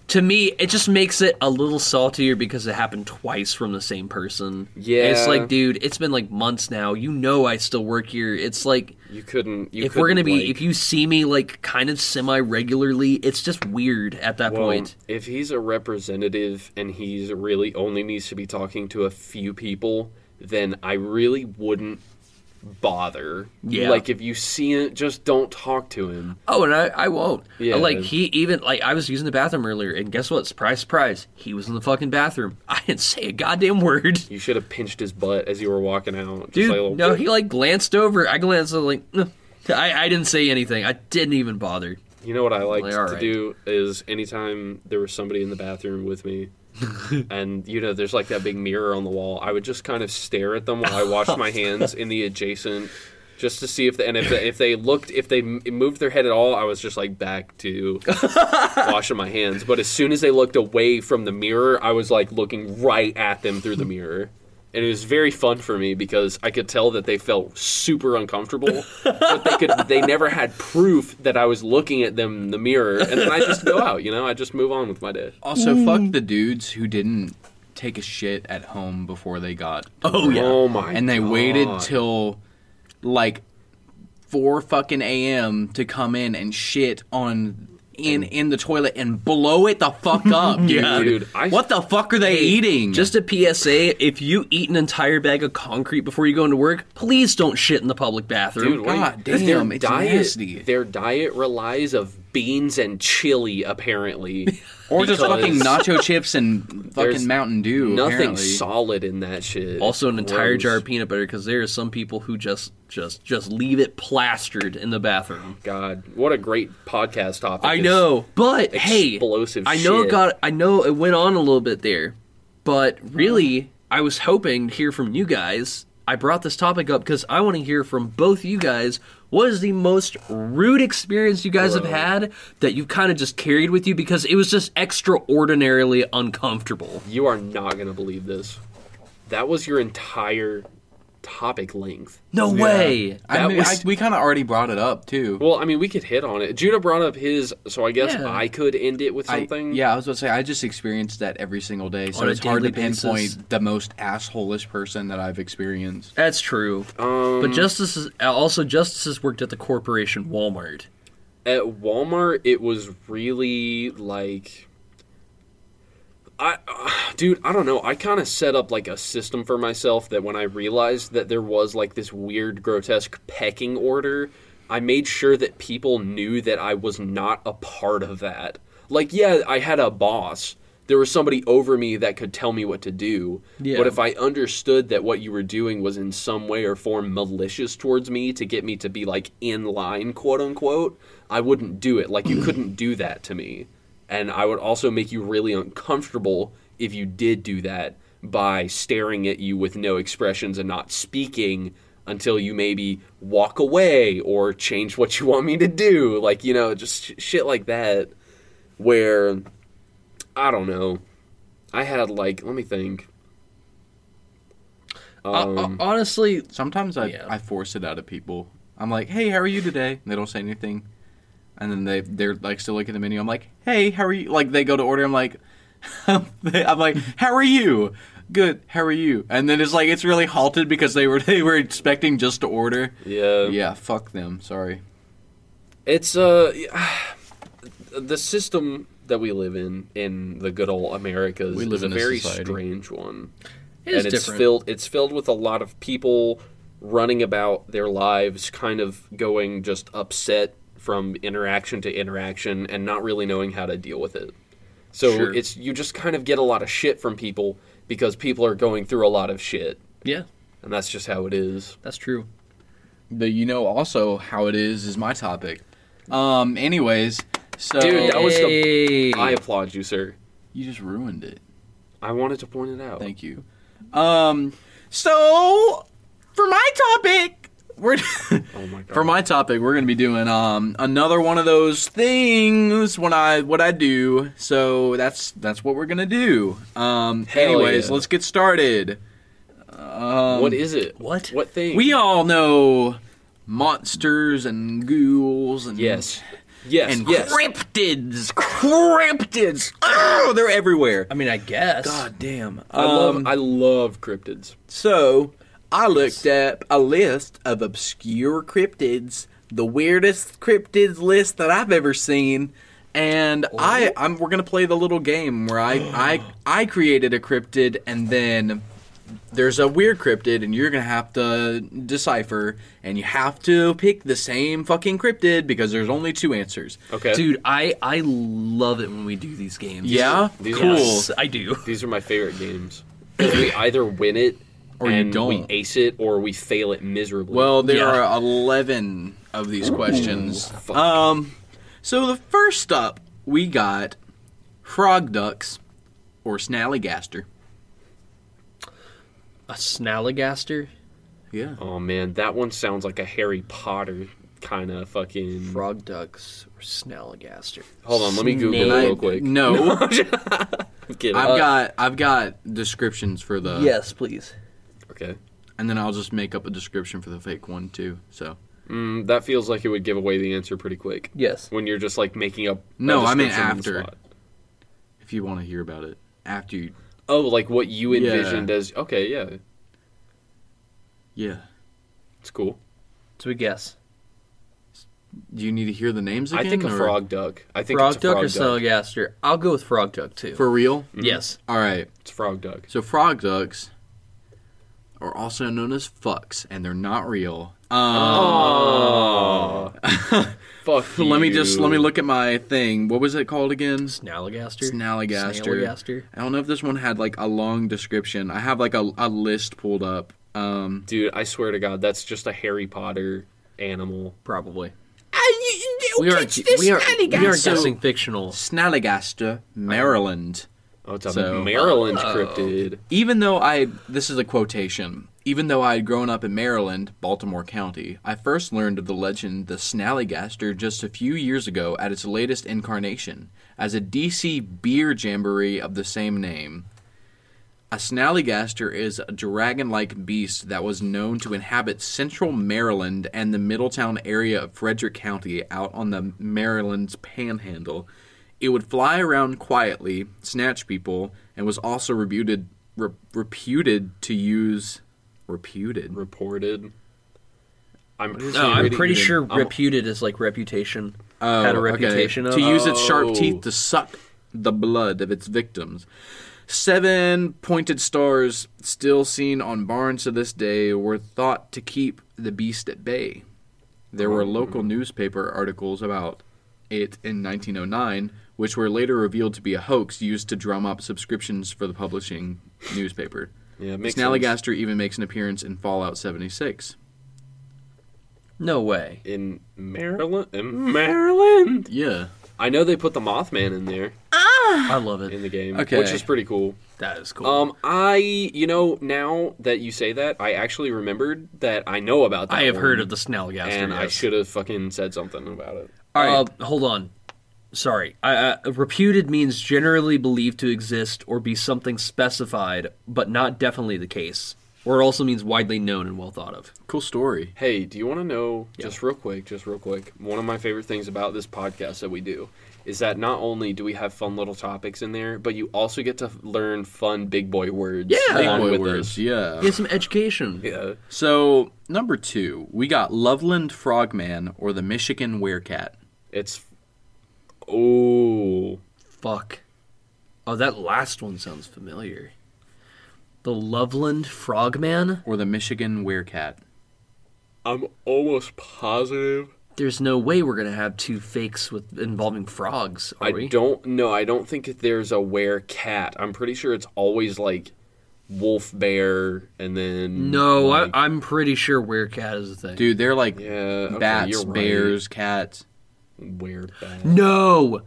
to me it just makes it a little saltier because it happened twice from the same person. And it's Yeah. like, dude, it's been like months now. You know, I still work here. It's like you couldn't. You if we're gonna couldn't, be, like- if you see me like kind of semi regularly, it's just weird at that Well, point. If he's a representative and he's really only needs to be talking to a few people, then I really wouldn't bother. Yeah. Like if you see it, just don't talk to him. Oh, and I, I won't. Yeah. Like he even like I was using the bathroom earlier, and guess what? Surprise, surprise. He was in the fucking bathroom. I didn't say a goddamn word, You should have pinched his butt as you were walking out. Just dude. like a little- no, he like glanced over. I glanced over, like "Nah." I, I didn't say anything. I didn't even bother. You know what I liked Like, all to right. do is anytime there was somebody in the bathroom with me. and you know there's like that big mirror on the wall i would just kind of stare at them while i washed my hands in the adjacent just to see if the, and if they, if they looked if they m- moved their head at all i was just like back to washing my hands but as soon as they looked away from the mirror i was like looking right at them through the mirror and it was very fun for me because i could tell that they felt super uncomfortable but they could they never had proof that i was looking at them in the mirror and then i just go out you know i just move on with my day also, fuck the dudes who didn't take a shit at home before they got. to Oh, work. yeah. oh my and they waited God. till like four fucking a.m. to come in and shit on in in the toilet and blow it the fuck up, dude. Yeah. Dude, I- what the fuck are they eating? Just a PSA: If you eat an entire bag of concrete before you go into work, please don't shit in the public bathroom. Dude, what Oh, God are you, damn, their it's diet, nasty. Their diet relies of beans and chili, apparently. or just because fucking nacho chips and There's fucking Mountain Dew. Nothing apparently. solid in that shit. also, an entire Gross. jar of peanut butter because there are some people who just just just leave it plastered in the bathroom. God, what a great podcast topic. I is know, but hey, explosive I know shit. it got I know it went on a little bit there, but really I was hoping to hear from you guys. I brought this topic up because I want to hear from both you guys. What is the most rude experience you guys have had that you've kind of just carried with you because it was just extraordinarily uncomfortable? You are not going to believe this. That was your entire topic length. No Yeah. way. I That mean, was- I- we kind of already brought it up too. Well, I mean, we could hit on it. Judah brought up his, so I guess Yeah. I could end it with I- something. yeah, I was about to say I just experienced that every single day, so On a it's hard to daily basis. pinpoint the most assholish person that I've experienced. That's true. Um, but Justice is, also Justice has worked at the corporation Walmart. at Walmart, it was really like. I, uh, dude, I don't know. I kind of set up like a system for myself that when I realized that there was like this weird, grotesque pecking order, I made sure that people knew that I was not a part of that. Like, yeah, I had a boss. There was somebody over me that could tell me what to do. Yeah. But if I understood that what you were doing was in some way or form malicious towards me to get me to be like in line, quote unquote, I wouldn't do it. Like, you couldn't do that to me and I would also make you really uncomfortable if you did do that by staring at you with no expressions and not speaking until you maybe walk away or change what you want me to do like you know just sh- shit like that where I don't know I had like let me think Uh, Um, uh, honestly, Sometimes I Yeah. I force it out of people. I'm like, hey, how are you today? And they don't say anything, and then they they're like still looking at the menu. I'm like, hey, how are you? Like they go to order. I'm like, I'm like, how are you? Good. How are you? And then it's like it's really halted because they were they were expecting just to order. yeah Yeah, fuck them. Sorry. It's uh the system that we live in in the good old Americas We live is a in a very society. strange one. It is and it's different. filled it's filled with a lot of people running about their lives kind of going just upset from interaction to interaction and not really knowing how to deal with it. So Sure. it's you just kind of get a lot of shit from people because people are going through a lot of shit yeah, and that's just how it is. that's true. that you know also how it is is my topic. Um. Anyways, so Dude, that was the Hey. I applaud you, sir. you just ruined it. I wanted to point it out. Thank you. Um. So for my topic, we're Oh my god. for my topic we're gonna be doing um another one of those things when I what I do. So that's that's what we're gonna do. Um. Hell anyways, yeah. let's get started. Um, what is it? What? What thing? we all know monsters and ghouls and Yes. Yes. and yes. cryptids, cryptids. Oh, they're everywhere. I mean, I guess. God damn. I love Um, I love cryptids. so I looked up a list of obscure cryptids, the weirdest cryptids list that I've ever seen. And I, I'm, we're gonna play the little game where I, I, I created a cryptid, and then there's a weird cryptid, and you're gonna have to decipher, and you have to pick the same fucking cryptid because there's only two answers. Okay. Dude, I I love it when we do these games. Yeah, These are- cool. Yes, I do. These are my favorite games. we either win it Or you and we don't. ace it or we fail it miserably. Well, there Yeah. are 11 of these questions. fuck. um, so the first up, we got frog ducks or snallygaster. A snallygaster, Yeah. oh man, that one sounds like a Harry Potter kind of fucking frog ducks, or snallygaster. Hold on, let me Google it Snake. real quick. No, Get I've up. got I've got descriptions for the Yes, please. Okay. and then I'll just make up a description for the fake one too. So Mm, that feels like it would give away the answer pretty quick. Yes. When you're just like making up a No, I meant description on the after. spot. if you want to hear about it after you, Oh, like what you Yeah. envisioned as Okay, yeah. yeah, It's cool. So we guess. Do you need to hear the names I again? think a or- frog duck. I think Frog it's a duck frog or duck. Snowgaster? I'll go with frog duck too. For real? yes. All right. It's frog duck. So frog ducks are also known as fucks, and they're not real. Um, Fuck. let me just you. let me look at my thing. What was it called again? Snallygaster. Snallygaster. Snallygaster. I don't know if this one had like a long description. I have like a, a list pulled up. Um, Dude, I swear to God, that's just a Harry Potter animal. Probably. Ah, we are we are we are So- guessing fictional. Snallygaster, Maryland. Oh, it's a So- Maryland cryptid. Even though I, this is a quotation. Even though I had grown up in Maryland, Baltimore County, I first learned of the legend the Snallygaster just a few years ago at its latest incarnation as a DC beer jamboree of the same name. A Snallygaster is a dragon like beast that was known to inhabit central Maryland and the Middletown area of Frederick County out on the Maryland's panhandle. It would fly around quietly, snatch people, and was also reputed, re- reputed to use. Reputed? Reported. I'm pretty, No, I'm reading pretty it in- sure I'm- reputed is like reputation. Oh, had a okay. reputation of. to use its sharp Oh. teeth to suck the blood of its victims. Seven pointed stars, still seen on barns to this day, were thought to keep the beast at bay. There were local newspaper articles about it in 1909, which were later revealed to be a hoax used to drum up subscriptions for the publishing newspaper. Yeah, it makes sense. Snallygaster even makes an appearance in Fallout 76. no way. In Maryland? In Maryland? Yeah. I know they put the Mothman in there I love it. in the game, Okay. which is pretty cool. That is cool. Um, I, you know, now that you say that, I actually remembered that I know about that. I have one, heard of the Snallygaster. and I yes. should have fucking said something about it. All Uh, hold on. Sorry. I, uh, reputed means generally believed to exist or be something specified, but not definitely the case. Or it also means widely known and well thought of. Cool story. Hey, do you want to know just real quick, just real quick? One of my favorite things about this podcast that we do is that not only do we have fun little topics in there, but you also get to learn fun big boy words. Yeah. along Big boy with words. us. Yeah. Get some education. Yeah. So number two, we got Loveland Frogman or the Michigan Werecat. It's oh, Fuck. Oh, that last one sounds familiar. The Loveland Frogman? Or the Michigan Werecat. I'm almost positive. There's no way we're gonna have two fakes with involving frogs, are I we? don't know. I don't think that there's a were cat. I'm pretty sure it's always like wolf bear and then No, like, I, I'm pretty sure Werecat is a thing. Dude, they're like yeah okay, bats, you're right. bears, cats. were bat. No!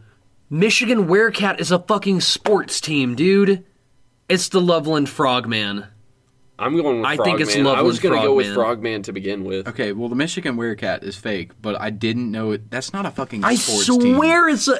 Michigan Werecat is a fucking sports team, dude. It's the Loveland Frogman. I'm going with I Frogman. think it's I was Loveland gonna go with Frogman. Frogman to begin with. Okay, well the Michigan Werecat is fake, but I didn't know it. That's not a fucking I sports team. swear it's a.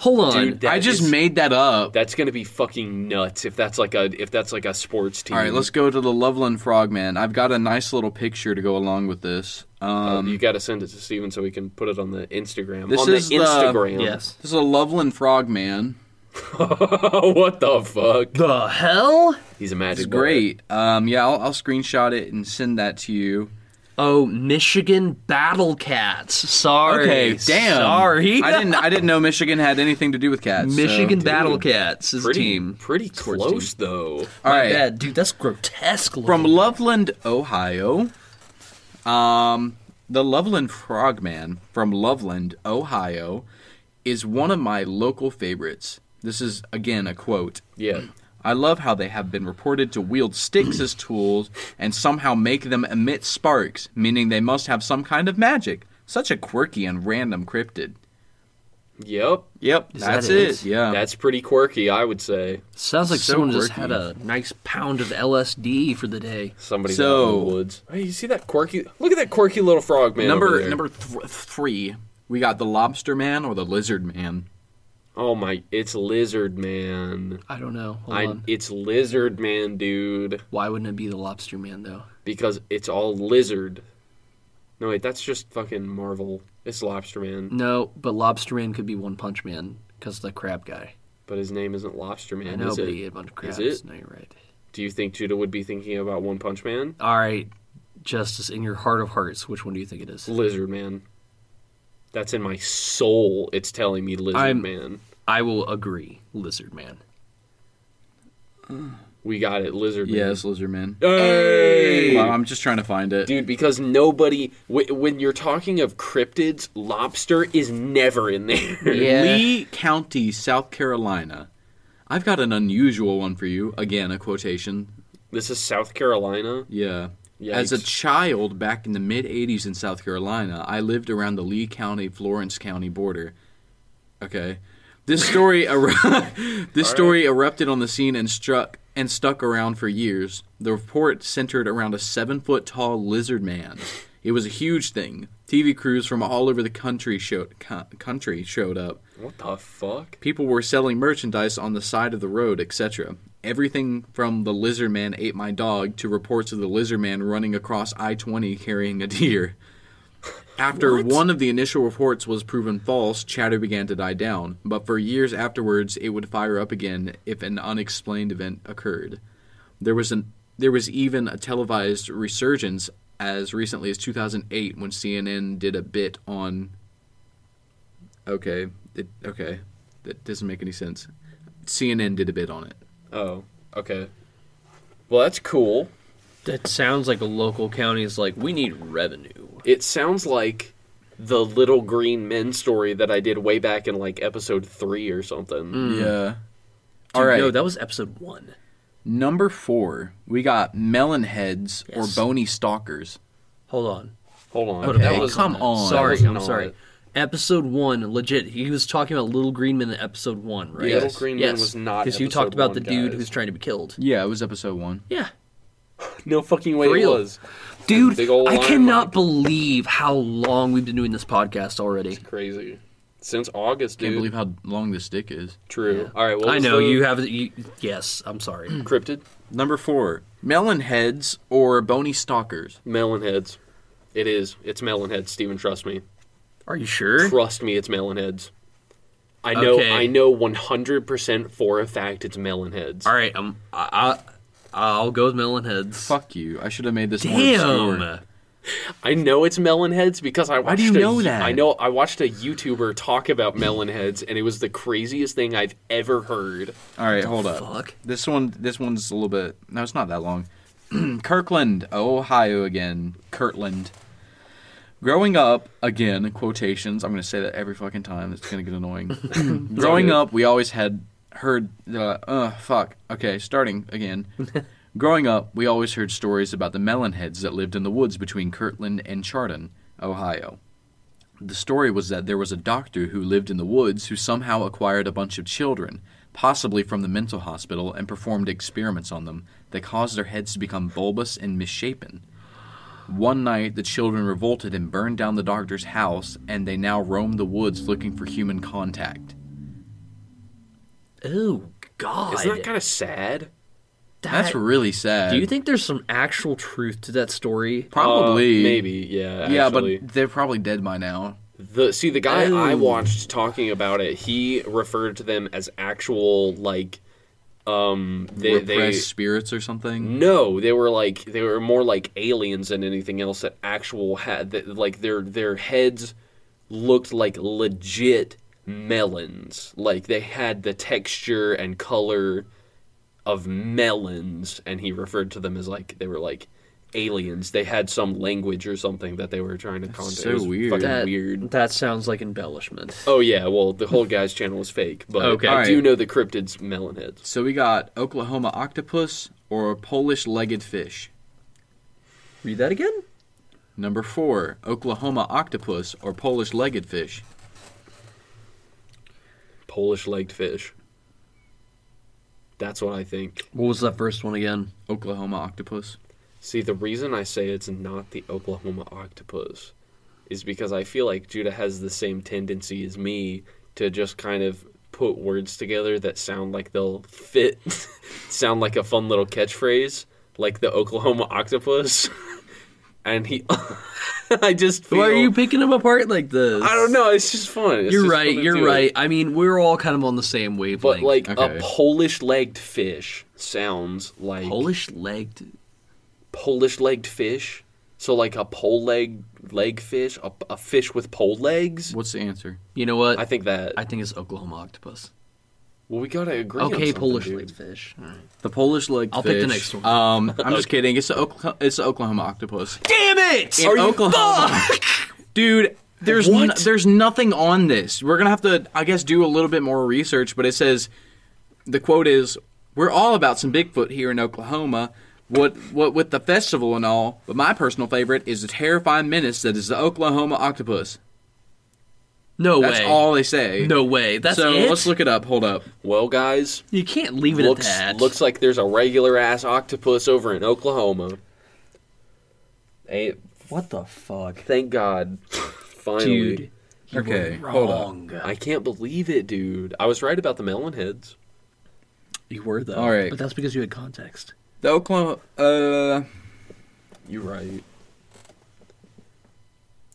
Hold on. Dude, that I just is- made that up. That's gonna be fucking nuts if that's like a if that's like a sports team. All right, let's go to the Loveland Frogman. I've got a nice little picture to go along with this. Um, you got to send it to Steven so we can put it on the Instagram. This on the is the- Instagram. yes. this is a Loveland Frogman. what the fuck? The hell? He's a magic. It's great. Um, yeah, I'll, I'll screenshot it and send that to you. Oh, Michigan Battle Cats. Sorry. Okay, damn. Sorry. I didn't. I didn't know Michigan had anything to do with cats. so- Michigan Battle Cats is a Pretty, team. pretty close though. All right. Bad. Dude, that's grotesque. looking. From Loveland, Ohio. Um, the Loveland Frogman from Loveland, Ohio, is one of my local favorites. This is again a quote. Yeah. I love how they have been reported to wield sticks as tools and somehow make them emit sparks, meaning they must have some kind of magic. Such a quirky and random cryptid. Yep. Yep, Is that that's it? it. Yeah. That's pretty quirky, I would say. Sounds like so someone just quirky. had a nice pound of LSD for the day. Somebody So- out in the woods. Hey, you see that quirky? Look at that quirky little frog man. over Number there. number th- three, we got the Lobster Man or the Lizard Man. Oh my! It's lizard man. I don't know. Hold I, on. it's lizard man, dude. Why wouldn't it be the Lobster Man though? Because it's all lizard. No wait, that's just fucking Marvel. It's Lobster Man, No, but Lobster Man could be One Punch Man because the crab guy. but his name isn't Lobster Man, I know, is but it? he ate a bunch of crabs. Is it? No, you're right. Do you think Judah would be thinking about One Punch Man? All right, Justice, in your heart of hearts, which one do you think it is? Lizard Man. That's in my soul. It's telling me lizard I'm- man. I will agree, Lizard Man. We got it, lizard Yes, Lizardman. man. Hey! Wow, I'm just trying to find it. Dude, because nobody w- when you're talking of cryptids, lobster is never in there. Yeah. Lee County, South Carolina. I've got an unusual one for you. Again, a quotation. This is South Carolina. Yeah. As a Yikes. child back in the mid 80s in South Carolina, I lived around the Lee County Florence County border. Okay. This story er- this story erupted on the scene and struck and stuck around for years. The report centered around a 7-foot tall lizard man. It was a huge thing. TV crews from all over the country showed co- country showed up. What the fuck? People were selling merchandise on the side of the road, etc. Everything from the lizard man ate my dog to reports of the lizard man running across I 20 carrying a deer. After one of the initial reports was proven false, chatter began to die down, but for years afterwards it would fire up again if an unexplained event occurred. There was an there was even a televised resurgence as recently as 2008 when CNN did a bit on Okay. It, okay. That doesn't make any sense. CNN did a bit on it. Oh, okay. Well, that's cool. That sounds like a local county is like, we need revenue. It sounds like the little green men story that I did way back in like episode 3 or something. Mm. Yeah. All All right. right. No, that was episode one. Number four, we got melon heads Yes. or bony stalkers. Hold on. Hold on. Hold on, Hey, that was come on. Sorry, That wasn't I'm on sorry. it. Episode one, legit. He was talking about Little Green Man in episode one, right? Little Green Man was not because you episode talked about one, the dude guys. who's trying to be killed. Yeah, it was episode one. Yeah, No fucking way For it real. was. dude, Big ol' I lime cannot rock. believe how long we've been doing this podcast already. Crazy. Since August, dude. Can't believe how long this dick is. True. All right. Well, I know you have. You, yes, I'm sorry. cryptid Number four, melon heads or bony stalkers. melon heads. It is. It's melon heads, Steven, Trust me. Are you sure? Trust me. It's melon heads. I know. Okay. I know 100 percent for a fact it's melon heads. All right, I'm. I, I, I'll go with melon heads. Fuck you. I should have made this more obscure. Damn. I know it's melon heads because I watched. do you a- know that? I know. I watched a YouTuber talk about melon heads, and it was the craziest thing I've ever heard. All right, hold up. fuck? This one, this one's a little bit. No, it's not that long. Kirkland, Ohio again. Kirtland. Growing up, again, quotations. I'm going to say that every fucking time. It's going to get annoying. Growing up, we always had heard the uh fuck. Okay, starting again. Growing up, we always heard stories about the melon heads that lived in the woods between Kirtland and Chardon, Ohio. The story was that there was a doctor who lived in the woods who somehow acquired a bunch of children, possibly from the mental hospital, and performed experiments on them that caused their heads to become bulbous and misshapen. One night, the children revolted and burned down the doctor's house, and they now roam the woods looking for human contact. Oh God. Isn't that kind of sad? That's really sad. Do you think there's some actual truth to that story? Probably. Uh, maybe. Yeah. Yeah, actually. but they're probably dead by now. The see the guy I Oh. watched talking about it, he referred to them as actual like um they Mm. Repressed they spirits or something. no, they were like they were more like aliens than anything else that actual had that, like their their heads looked like legit melons. Like they had the texture and color of melons and he referred to them as like they were like aliens. They had some language or something that they were trying to contact. so It was weird. fucking That weird. That sounds like embellishment. Oh yeah, well the whole guy's channel was fake, but Okay. I Alright. do know the cryptids melonheads. So we got Oklahoma octopus or Polish legged fish. Read that again. Number four, Oklahoma octopus or Polish legged fish. Polish legged fish. That's what I think. What was that first one again? Oklahoma octopus. See, the reason I say it's not the Oklahoma octopus is because I feel like Judah has the same tendency as me to just kind of put words together that sound like they'll fit, sound like a fun little catchphrase, like the Oklahoma octopus. and he, I just feel. Why are you picking them apart like this? oh. I don't know. It's just fun. It's You're just right. fun to You're do. right. I mean, we're all kind of on the same wavelength. But like Okay. a Polish legged fish sounds like Polish legged. Polish legged fish So like a pole leg leg fish, a, a fish with pole legs. What's the answer? You know what? I think that. I think it's Oklahoma octopus. well, we gotta agree. on Okay, something, Polish dude. lead fish. All right. The Polish leg. I'll fish. pick the next one. Um, I'm just kidding. It's the Oklahoma, it's the Oklahoma octopus. Damn it! In Oklahoma, dude. There's n- What? there's nothing on this. We're gonna have to, I guess, do a little bit more research. But it says the quote is, "We're all about some Bigfoot here in Oklahoma." What what with the festival and all, but my personal favorite is the terrifying menace that is the Oklahoma octopus. no That's way. all they say. no way. That's so it? let's look it up. Hold up. Well, guys, You can't leave it looks at that. looks like there's a regular ass octopus over in Oklahoma. Hey, what the fuck, thank God, finally. dude? Okay, were hold up. wrong. I can't believe it, dude. I was right about the melon heads. You were though. All right. but that's because you had context. The Oklahoma uh You're right.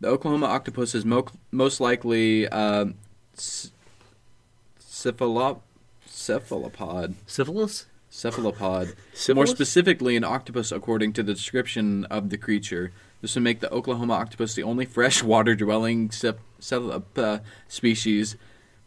the Oklahoma octopus is mo- most likely uh, c- cephalop- cephalopod. Syphilis? Cephalopod. More Syphilis? specifically, an octopus, according to the description of the creature. This would make the Oklahoma octopus the only freshwater dwelling cep- cep- uh, species.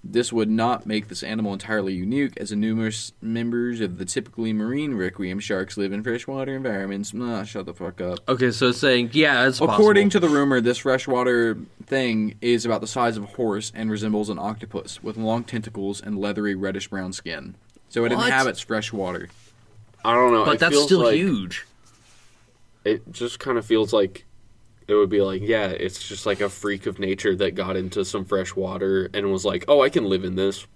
This would not make this animal entirely unique, as the numerous members of the typically marine requiem sharks live in freshwater environments. Nah, shut the fuck up. Okay, so it's saying yeah, it's According to the rumor, this freshwater thing is about the size of a horse and resembles an octopus, with long tentacles and leathery reddish brown skin. So it What? inhabits fresh water. I don't know. but it that's feels still like- huge. It just kind of feels like it would be like, yeah, it's just like a freak of nature that got into some fresh water and was like, oh, I can live in this.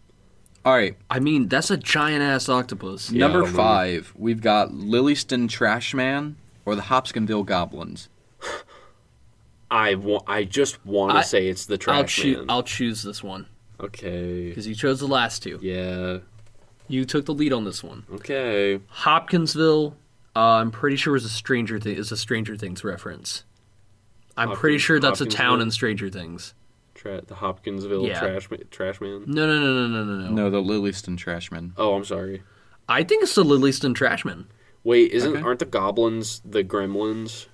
All right, I mean, that's a giant ass octopus. Yeah, I number don't know. five, we've got Lilliston Trashman or the Hopkinsville Goblins. I wa- I just want I- to say it's the I'll trash choose. man. I'll choose this one okay. because you chose the last two. Yeah. You took the lead on this one. Okay. Hopkinsville. Uh, I'm pretty sure is a Stranger Thing is a Stranger Things reference. I'm pretty Hopkins- sure that's a town Hopkinsville? in Stranger Things. Tra- the Hopkinsville Yeah. trash ma- trash man. No, no, no, no, no, no, no. No, the Lilliston Trashman. Oh, I'm sorry. I think it's the Lilliston Trashman. Wait, isn't Okay. aren't the goblins the gremlins?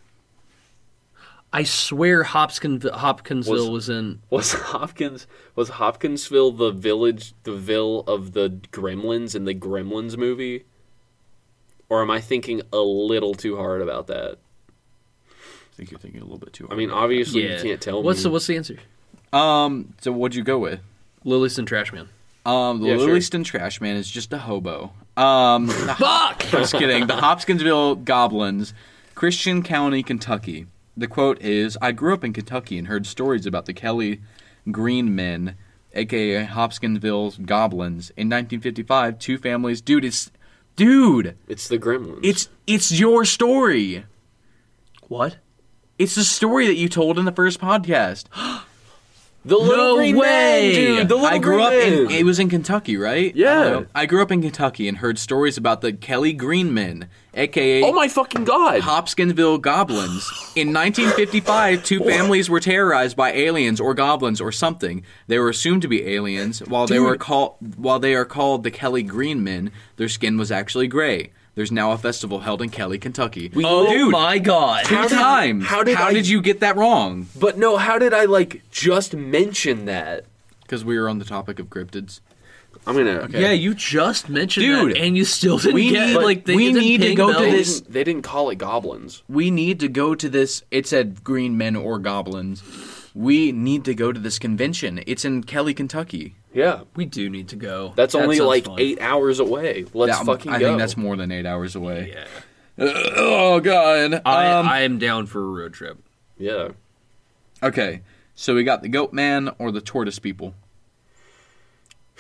I swear Hopkinsville, Hopkinsville Was- was, in. Was Hopkins was Hopkinsville the village the ville of the gremlins in the Gremlins movie? Or am I thinking a little too hard about that? I think you're thinking a little bit too I hard. mean, obviously yeah. you can't tell what's me. the What's the answer? um, so what'd you go with? Lilliston Trashman. Um, the Yeah, sure. Lilliston Trashman is just a hobo. Um, the Fuck. Just kidding. The Hopkinsville Goblins, Christian County, Kentucky. The quote is I grew up in Kentucky and heard stories about the Kelly Green Men, aka Hopkinsville's Goblins. In 1955, two families. Dude, it's. Dude! It's the gremlins. It's it's your story. What? It's the story that you told in the first podcast. the little No green way! man, dude. The little I grew green up in man. it was in Kentucky, right? Yeah. I, don't know. I grew up in Kentucky and heard stories about the Kelly Green Men, aka oh my fucking god! Hopkinsville goblins. In 1955, two families were terrorized by aliens or goblins or something. They were assumed to be aliens. While they were called, while they are called the Kelly Green Men, their skin was actually gray. There's now a festival held in Kelly, Kentucky. Oh dude, my god. two did- times. how did I- you get that wrong? But no, how did I like just mention that? Because we were on the topic of cryptids. I'm gonna. Yeah, you just mentioned Dude, that, and you still didn't we get need- like they we didn't need to ping go to They bells. this- didn't, they didn't call it goblins. we need to go to this. It said green men or goblins. We need to go to this convention. It's in Kelly, Kentucky. Yeah, We do need to go. that's That only sounds like fun. eight hours away. Let's That- fucking I go. think that's more than eight hours away. Yeah. Oh god. I, um, I am down for a road trip. yeah. okay, so we got the goat man or the tortoise people.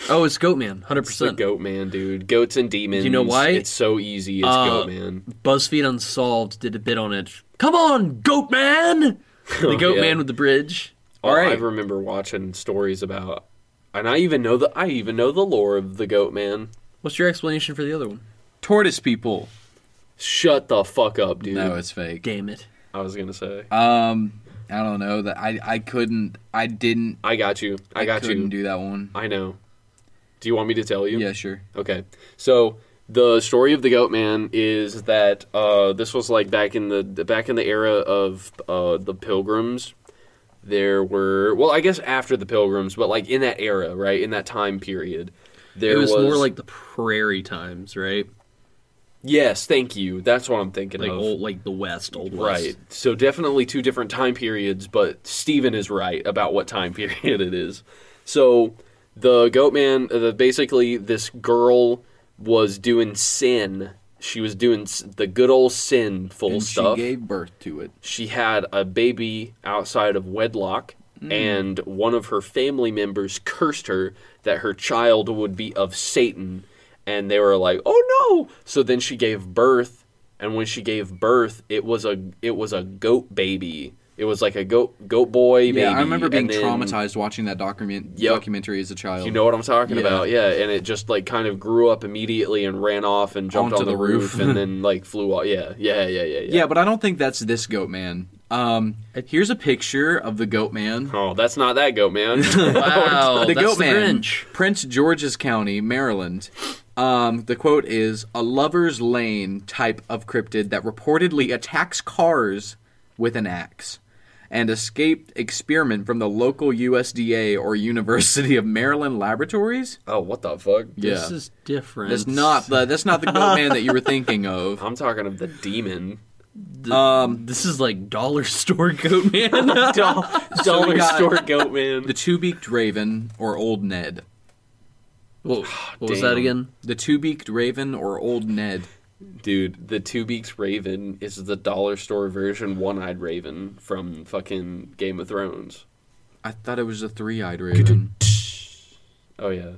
Oh, it's Goatman, hundred It's the percent. goat man, dude. Goats and demons. you know why? It's so easy. It's Uh, goat man. BuzzFeed Unsolved did a bit on it. Come on, Goatman! The Goatman Oh, yeah. Oh, with the bridge. All alright. I remember watching stories about, and I even know the I even know the lore of the goat man. What's your explanation for the other one? Tortoise people. Shut the fuck up, dude. No, it's fake. Damn it! I was gonna say. Um, I don't know that I I couldn't I didn't I got you. I got couldn't you. do that one. I know. Do you want me to tell you? Yeah, sure. Okay. So The story of the Goat Man is that uh, this was like back in the the- back in the era of uh, the Pilgrims. There were well, I guess after the Pilgrims, but like in that era, right in that time period, there It was, more like the prairie times, right? yes, thank you. That's what I'm thinking Like of. old, like the West, old West. Right. So definitely two different time periods, but Steven is right about what time period it is. So the goat man, uh, the, basically this girl was doing sin. She was doing s- the good old sinful and stuff. she gave birth to it. she had a baby outside of wedlock, Mm. and one of her family members cursed her that her child would be of Satan. And they were like, "Oh no!" So then she gave birth, and when she gave birth, it was a it was a goat baby. It was like a goat goat boy baby. Yeah, I remember being and then- traumatized watching that document Yep. documentary as a child. You know what I'm talking Yeah. about, yeah. And it just like kind of grew up immediately and ran off and jumped Onto on the, the roof, roof. and then like flew off. Yeah, yeah, yeah, yeah, yeah. yeah. but I don't think that's this goat man. Um, here's a picture of the goat man. Oh, that's not that goat man. Wow, the Oh, that's goat the man, Grinch. Prince George's County, Maryland. Um, the quote is a lover's lane type of cryptid that reportedly attacks cars with an axe. And escaped experiment from the local USDA or University of Maryland laboratories. oh, what the fuck? This is different. That's not the that's not the goat man that you were thinking of. I'm talking of the demon. Um, this is like dollar store goat man. Dollar got- store goat man. The two-beaked raven or old Ned. Whoa, what was Damn. that again? The two-beaked raven or old Ned. Dude, the two beaks raven is the dollar store version one eyed raven from fucking Game of Thrones. I thought it was a three-eyed raven. Oh yeah.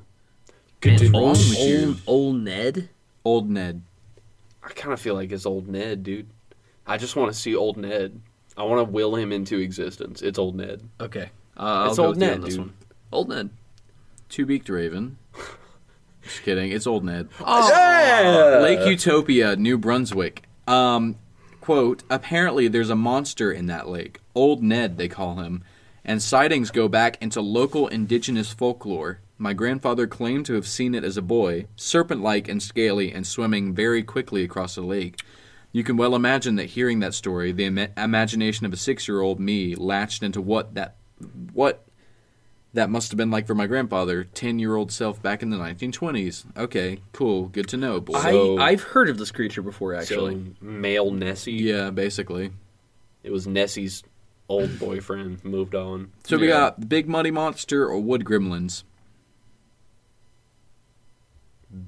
Man, wrong old, with you? old, old Ned. Old Ned. I kind of feel like it's old Ned, dude. I just want to see old Ned. I want to will him into existence. It's old Ned. Okay, uh, I'll It's go old with you Ned, on this dude. one. Old Ned. Two-beaked raven. Just kidding. It's old Ned. Uh. Yeah! Lake Utopia, New Brunswick. Um, quote, apparently there's a monster in that lake. Old Ned, they call him. And sightings go back into local indigenous folklore. My grandfather claimed to have seen it as a boy, serpent like and scaly, and swimming very quickly across the lake. You can well imagine that hearing that story, the ima- imagination of a six year old me latched into what that what that must have been like for my grandfather, ten year old self back in the nineteen twenties. Okay, cool, good to know, boy. So- I, I've heard of this creature before, actually. So, male Nessie. Yeah, basically. It was Nessie's old boyfriend moved on. So we Yeah. got Big Muddy Monster or Wood Gremlins.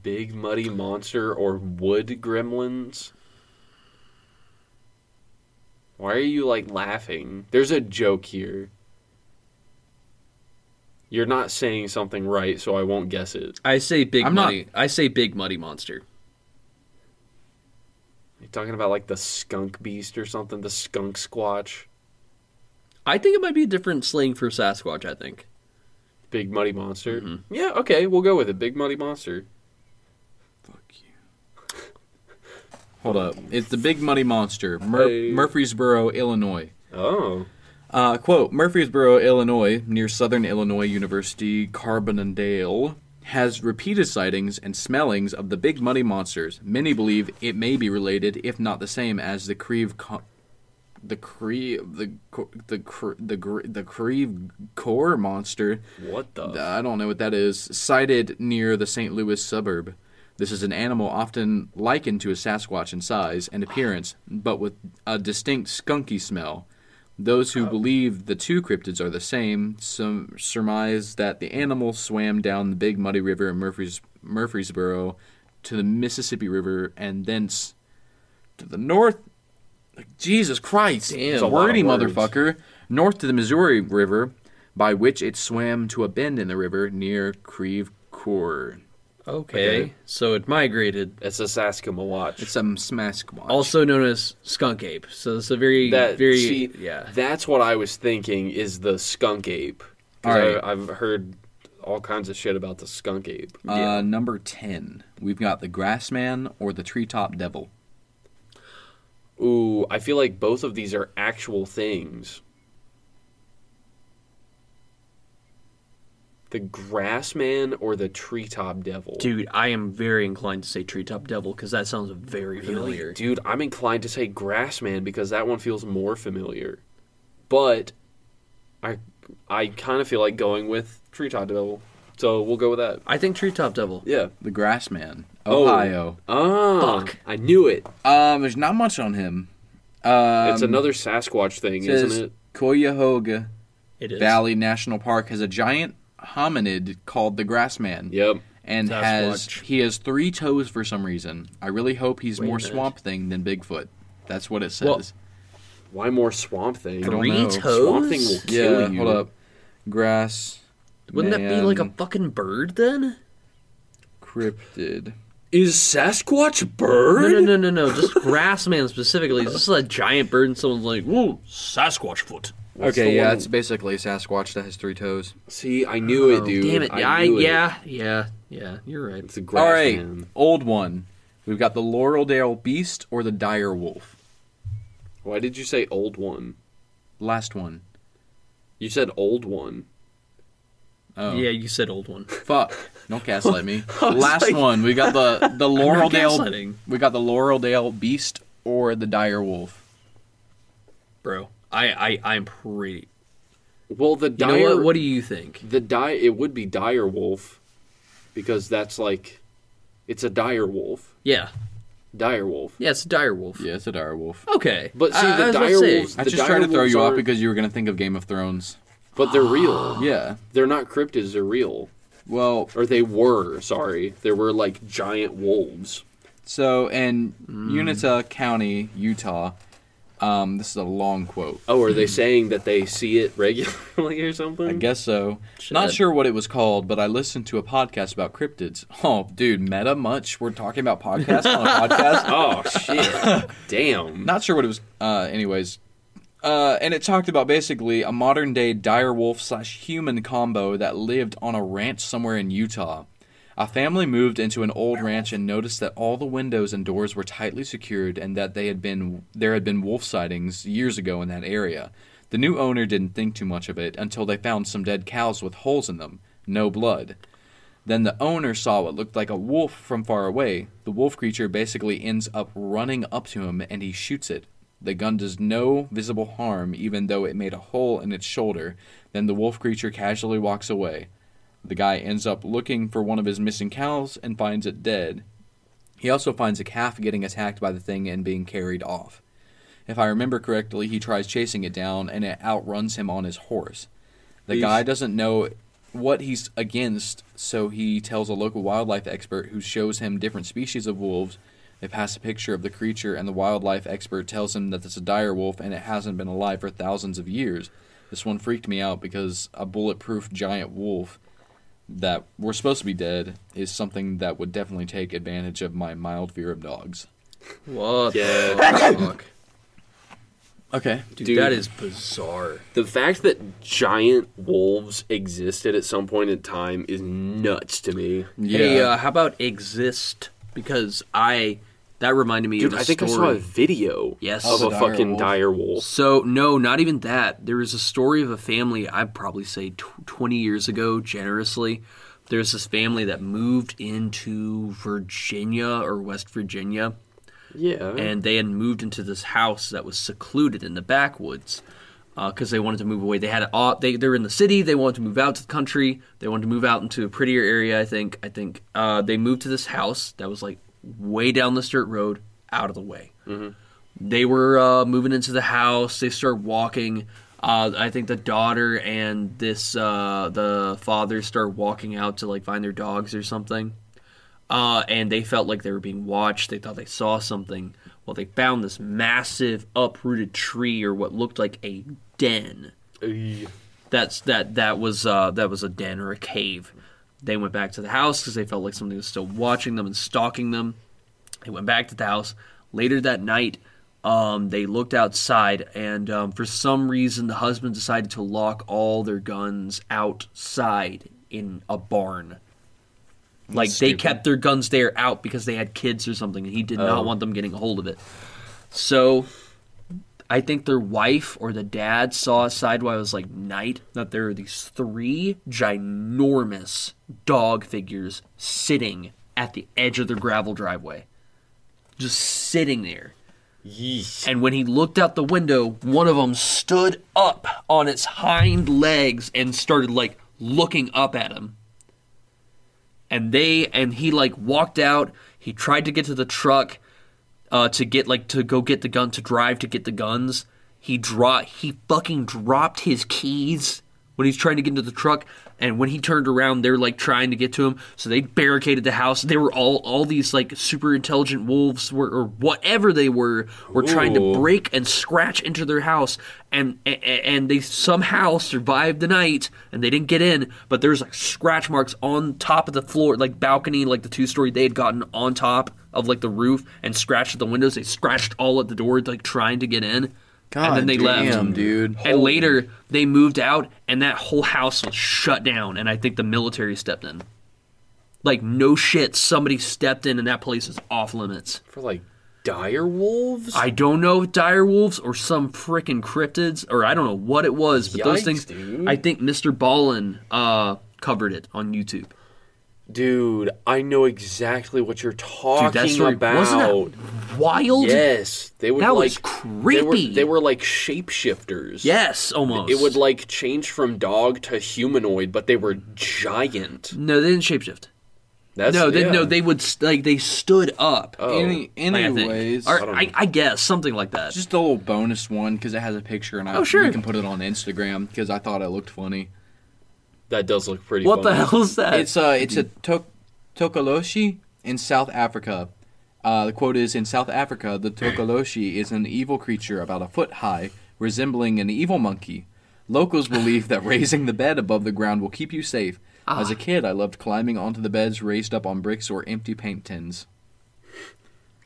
Big muddy monster or wood gremlins? Why are you like laughing? There's a joke here. You're not saying something right, so I won't guess it. I say big I'm not- muddy. I say big muddy monster. You're talking about like the skunk beast or something, the skunk squatch. I think it might be a different slang for Sasquatch. I think. Big muddy monster. Yeah, okay, we'll go with it. Big muddy monster. Fuck you. Hold up. It's the Big Muddy Monster, Mur- Hey. Murfreesboro, Illinois. Oh. Uh, quote Murfreesboro, Illinois, near Southern Illinois University, Carbondale, has repeated sightings and smellings of the Big Muddy Monsters. Many believe it may be related, if not the same, as the Creve. Co- the Creve. The, co- the, cre- the, gre- the Creve Core Monster. What the? I don't know what that is. Sighted near the St. Louis suburb. This is an animal often likened to a Sasquatch in size and appearance, but with a distinct skunky smell. Those who believe the two cryptids are the same some surmise that the animal swam down the Big Muddy River in Murfrees- Murfreesboro to the Mississippi River and thence to the north. Jesus Christ! it's a lot a of wordy words. motherfucker. North to the Missouri River, by which it swam to a bend in the river near Creve Coeur. Okay, Okay. so it migrated, It's a Saskima watch. It's some Smasquatch. also known as skunk ape. So it's a very, that very, see, yeah. that's what i was thinking is the skunk ape 'Cause Alright. I, i've heard all kinds of shit about the skunk ape uh, number ten, we've got the Grassman or the Treetop Devil. ooh i feel like both of these are actual things the grass man or the treetop devil? Dude, I am very inclined to say Treetop Devil because that sounds very familiar. Dude, I'm inclined to say Grassman because that one feels more familiar. But I I kind of feel like going with Treetop Devil. So we'll go with that. I think Treetop Devil. Yeah. The Grassman, Oh. Ohio. Oh, Fuck. I knew it. Um, there's not much on him. Um, It's another Sasquatch thing, says isn't it? Cuyahoga It is. Valley National Park has a giant hominid called the Grassman. Yep. And Sasquatch. has he has three toes for some reason. I really hope he's Wait a more minute. Swamp Thing than Bigfoot. That's what it says. Well, Why more Swamp Thing? don't Three know. toes? Swamp Thing will kill yeah, you. hold up. Grass. Wouldn't that be like a man fucking bird then? cryptid? Is Sasquatch No, bird? no, no, no, no. Just Grassman specifically. This is a giant bird, and someone's like, "Whoa, Sasquatch foot." What's the okay, yeah, one- it's basically a Sasquatch that has three toes. See, I knew it, Oh, dude. Oh, Damn it! I I, knew it. yeah, yeah, yeah. You're right. It's a Grassman. All right, old one. We've got the Laureldale Beast or the Dire Wolf. Why did you say old one? Last one. You said old one. Oh. Yeah, you said old one. Fuck. Don't gaslight me. Last one. We got the the Laureldale. gaslighting. We got the Laureldale Beast or the Dire Wolf. bro. I, I, I'm pretty. Well, the You dire. know what? What do you think? The dire it would be dire wolf because that's like it's a dire wolf. Yeah, Dire wolf. yeah. It's a dire wolf. Yeah, it's a Dire Wolf. Okay, But see, I- I the was about to dire say, wolves- I The just tried to throw direwolves you off are- Ah. because you were gonna think of Game of Thrones. But they're real. Yeah. They're not cryptids, they're real. Well, Or they were, sorry. There were like giant wolves. so in Mm. Uinta County, Utah, um, this is a long quote. Oh, are they Hmm. saying that they see it regularly or something? I guess so. Not Shit. sure what it was called, but I listened to a podcast about cryptids. Oh, dude, meta much? We're talking about podcasts on a podcast? Oh shit. Damn. Not sure what it was. Uh, anyways, uh, and it talked about basically a modern day dire wolf slash human combo that lived on a ranch somewhere in Utah. A family moved into an old ranch and noticed that all the windows and doors were tightly secured, and that they had been there had been wolf sightings years ago in that area. The new owner didn't think too much of it until they found some dead cows with holes in them, no blood. Then the owner saw what looked like a wolf from far away. The wolf creature basically ends up running up to him and he shoots it. The gun does no visible harm, even though it made a hole in its shoulder. Then the wolf creature casually walks away. The guy ends up looking for one of his missing cows and finds it dead. He also finds a calf getting attacked by the thing and being carried off. If I remember correctly, he tries chasing it down and it outruns him on his horse. The These- guy doesn't know what he's against, so he tells a local wildlife expert who shows him different species of wolves. They pass a picture of the creature, and the wildlife expert tells him that it's a dire wolf and it hasn't been alive for thousands of years. This one freaked me out because a bulletproof giant wolf that were supposed to be dead is something that would definitely take advantage of my mild fear of dogs. What Yeah. the fuck, Okay. dude, Dude. That is bizarre. The fact that giant wolves existed at some point in time is nuts to me. Yeah. Hey, uh, how about exist? Because I that reminded me Dude, of a I think story. I saw a video Yes. of Of a a dire fucking wolf. dire wolf. So no, not even that. There is a story of a family. I'd probably say tw- twenty years ago, generously. There's this family that moved into Virginia or West Virginia, Yeah. and they had moved into this house that was secluded in the backwoods because they wanted to move away. They had all they they were in the city. They wanted to move out to the country. They wanted to move out into a prettier area. I think. I think uh, they moved to this house that was like way down this dirt road, out of the way. They were uh, moving into the house. They start walking. Uh, I think the daughter and this uh, the father start walking out to like find their dogs or something uh, and they felt like they were being watched. They thought they saw something. Well, they found this massive uprooted tree or what looked like a den. That's that that was uh, that was a den or a cave. They went back to the house because they felt like something was still watching them and stalking them. They went back to the house later that night. Um, they looked outside, and um, for some reason, the husband decided to lock all their guns outside in a barn. Like they stupid. kept their guns there out because they had kids or something, and he did not want them getting a hold of it. So I think their wife or the dad saw a sidewise was like night that there are these three ginormous dog figures sitting at the edge of their gravel driveway. Just sitting there. Yeesh. And when he looked out the window, one of them stood up on its hind legs and started like looking up at him. And they and he like walked out. He tried to get to the truck uh, to get like to go get the gun to drive to get the guns. He dro- he fucking dropped his keys when he's trying to get into the truck. And when he turned around, they're like trying to get to him, so they barricaded the house. They were all all these like super intelligent wolves were or whatever they were were trying to Ooh. break and scratch into their house, and, and and they somehow survived the night, and they didn't get in. But there's like scratch marks on top of the floor, like balcony, like the two story they had gotten on top of like the roof and scratched at the windows. They scratched all at the door, like trying to get in, and then they damn, left. dude. And later they moved out, and that whole house was shut down. And I think the military stepped in. Like no shit, somebody stepped in, and that place is off limits. For like dire wolves? I don't know if dire wolves or some frickin' cryptids or I don't know what it was, but those Yikes, things. dude. I think Mr. Ballin uh, covered it on YouTube. Dude, I know exactly what you're talking Dude, that story about. wasn't that wild. Yes, they would That like was They were, creepy. they were like shapeshifters. Yes, almost. It would like change from dog to humanoid, but they were giant. No, they didn't shapeshift. That's No, they, yeah. no, they would st- like they stood up. Oh. Any, like, I think. anyways, Or don't I, know. I guess something like that. just a little bonus one because it has a picture, and I Oh, sure. we can put it on Instagram because I thought it looked funny. that does look pretty. what the funny. hell is that? It's uh, it's a mm-hmm. tok- Tokoloshi in South Africa. Uh, the quote is in South Africa, the Tokoloshi is an evil creature about a foot high, resembling an evil monkey. Locals believe that raising the bed above the ground will keep you safe. Ah. As a kid, I loved climbing onto the beds raised up on bricks or empty paint tins.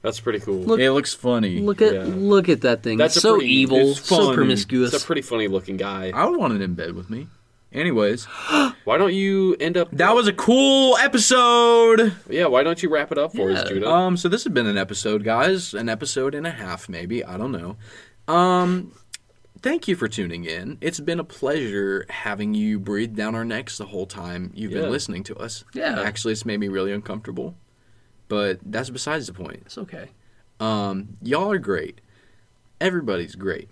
That's pretty cool. Look- It looks funny. look at yeah. look at that thing. That's a so pretty- evil, it's so fun. promiscuous. it's a pretty funny looking guy. I would want it in bed with me. Anyways, Why don't you end up? that was a cool episode. yeah. Why don't you wrap it up for us, Yeah. uh, Judah? Um, so this has been an episode, guys. An episode and a half, maybe. I don't know. Um, thank you for tuning in. It's been a pleasure having you breathe down our necks the whole time you've Yeah. been listening to us. Yeah. Actually, it's made me really uncomfortable. But that's besides the point. it's okay. Um, y'all are great. Everybody's great.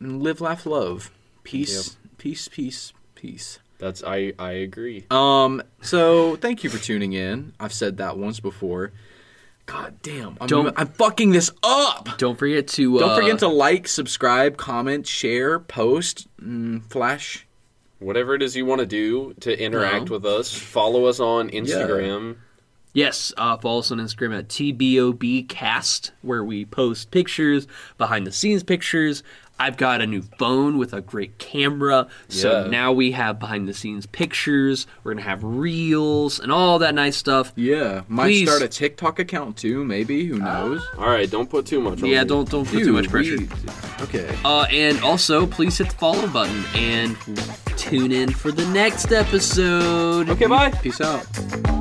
Live, laugh, love. Peace, peace, peace, peace. That's I. I agree. Um, so thank you for tuning in. I've said that once before. God damn, I'm, Don't- I'm fucking this up. Don't forget to Don't uh, forget to like, subscribe, comment, share, post, mm, flash. Whatever it is you want to do to interact No. with us, follow us on Instagram. Yes, uh, follow us on Instagram at tbobcast, where we post pictures, behind the scenes pictures. I've got a new phone with a great camera, so Yeah. now we have behind the scenes pictures. We're gonna have reels and all that nice stuff. Yeah, might Please. start a TikTok account too. Maybe who knows? All right, don't put too much. on Yeah, me. don't don't put too much pressure. okay. Uh, and also, please hit the follow button and tune in for the next episode. Okay, bye. Peace out.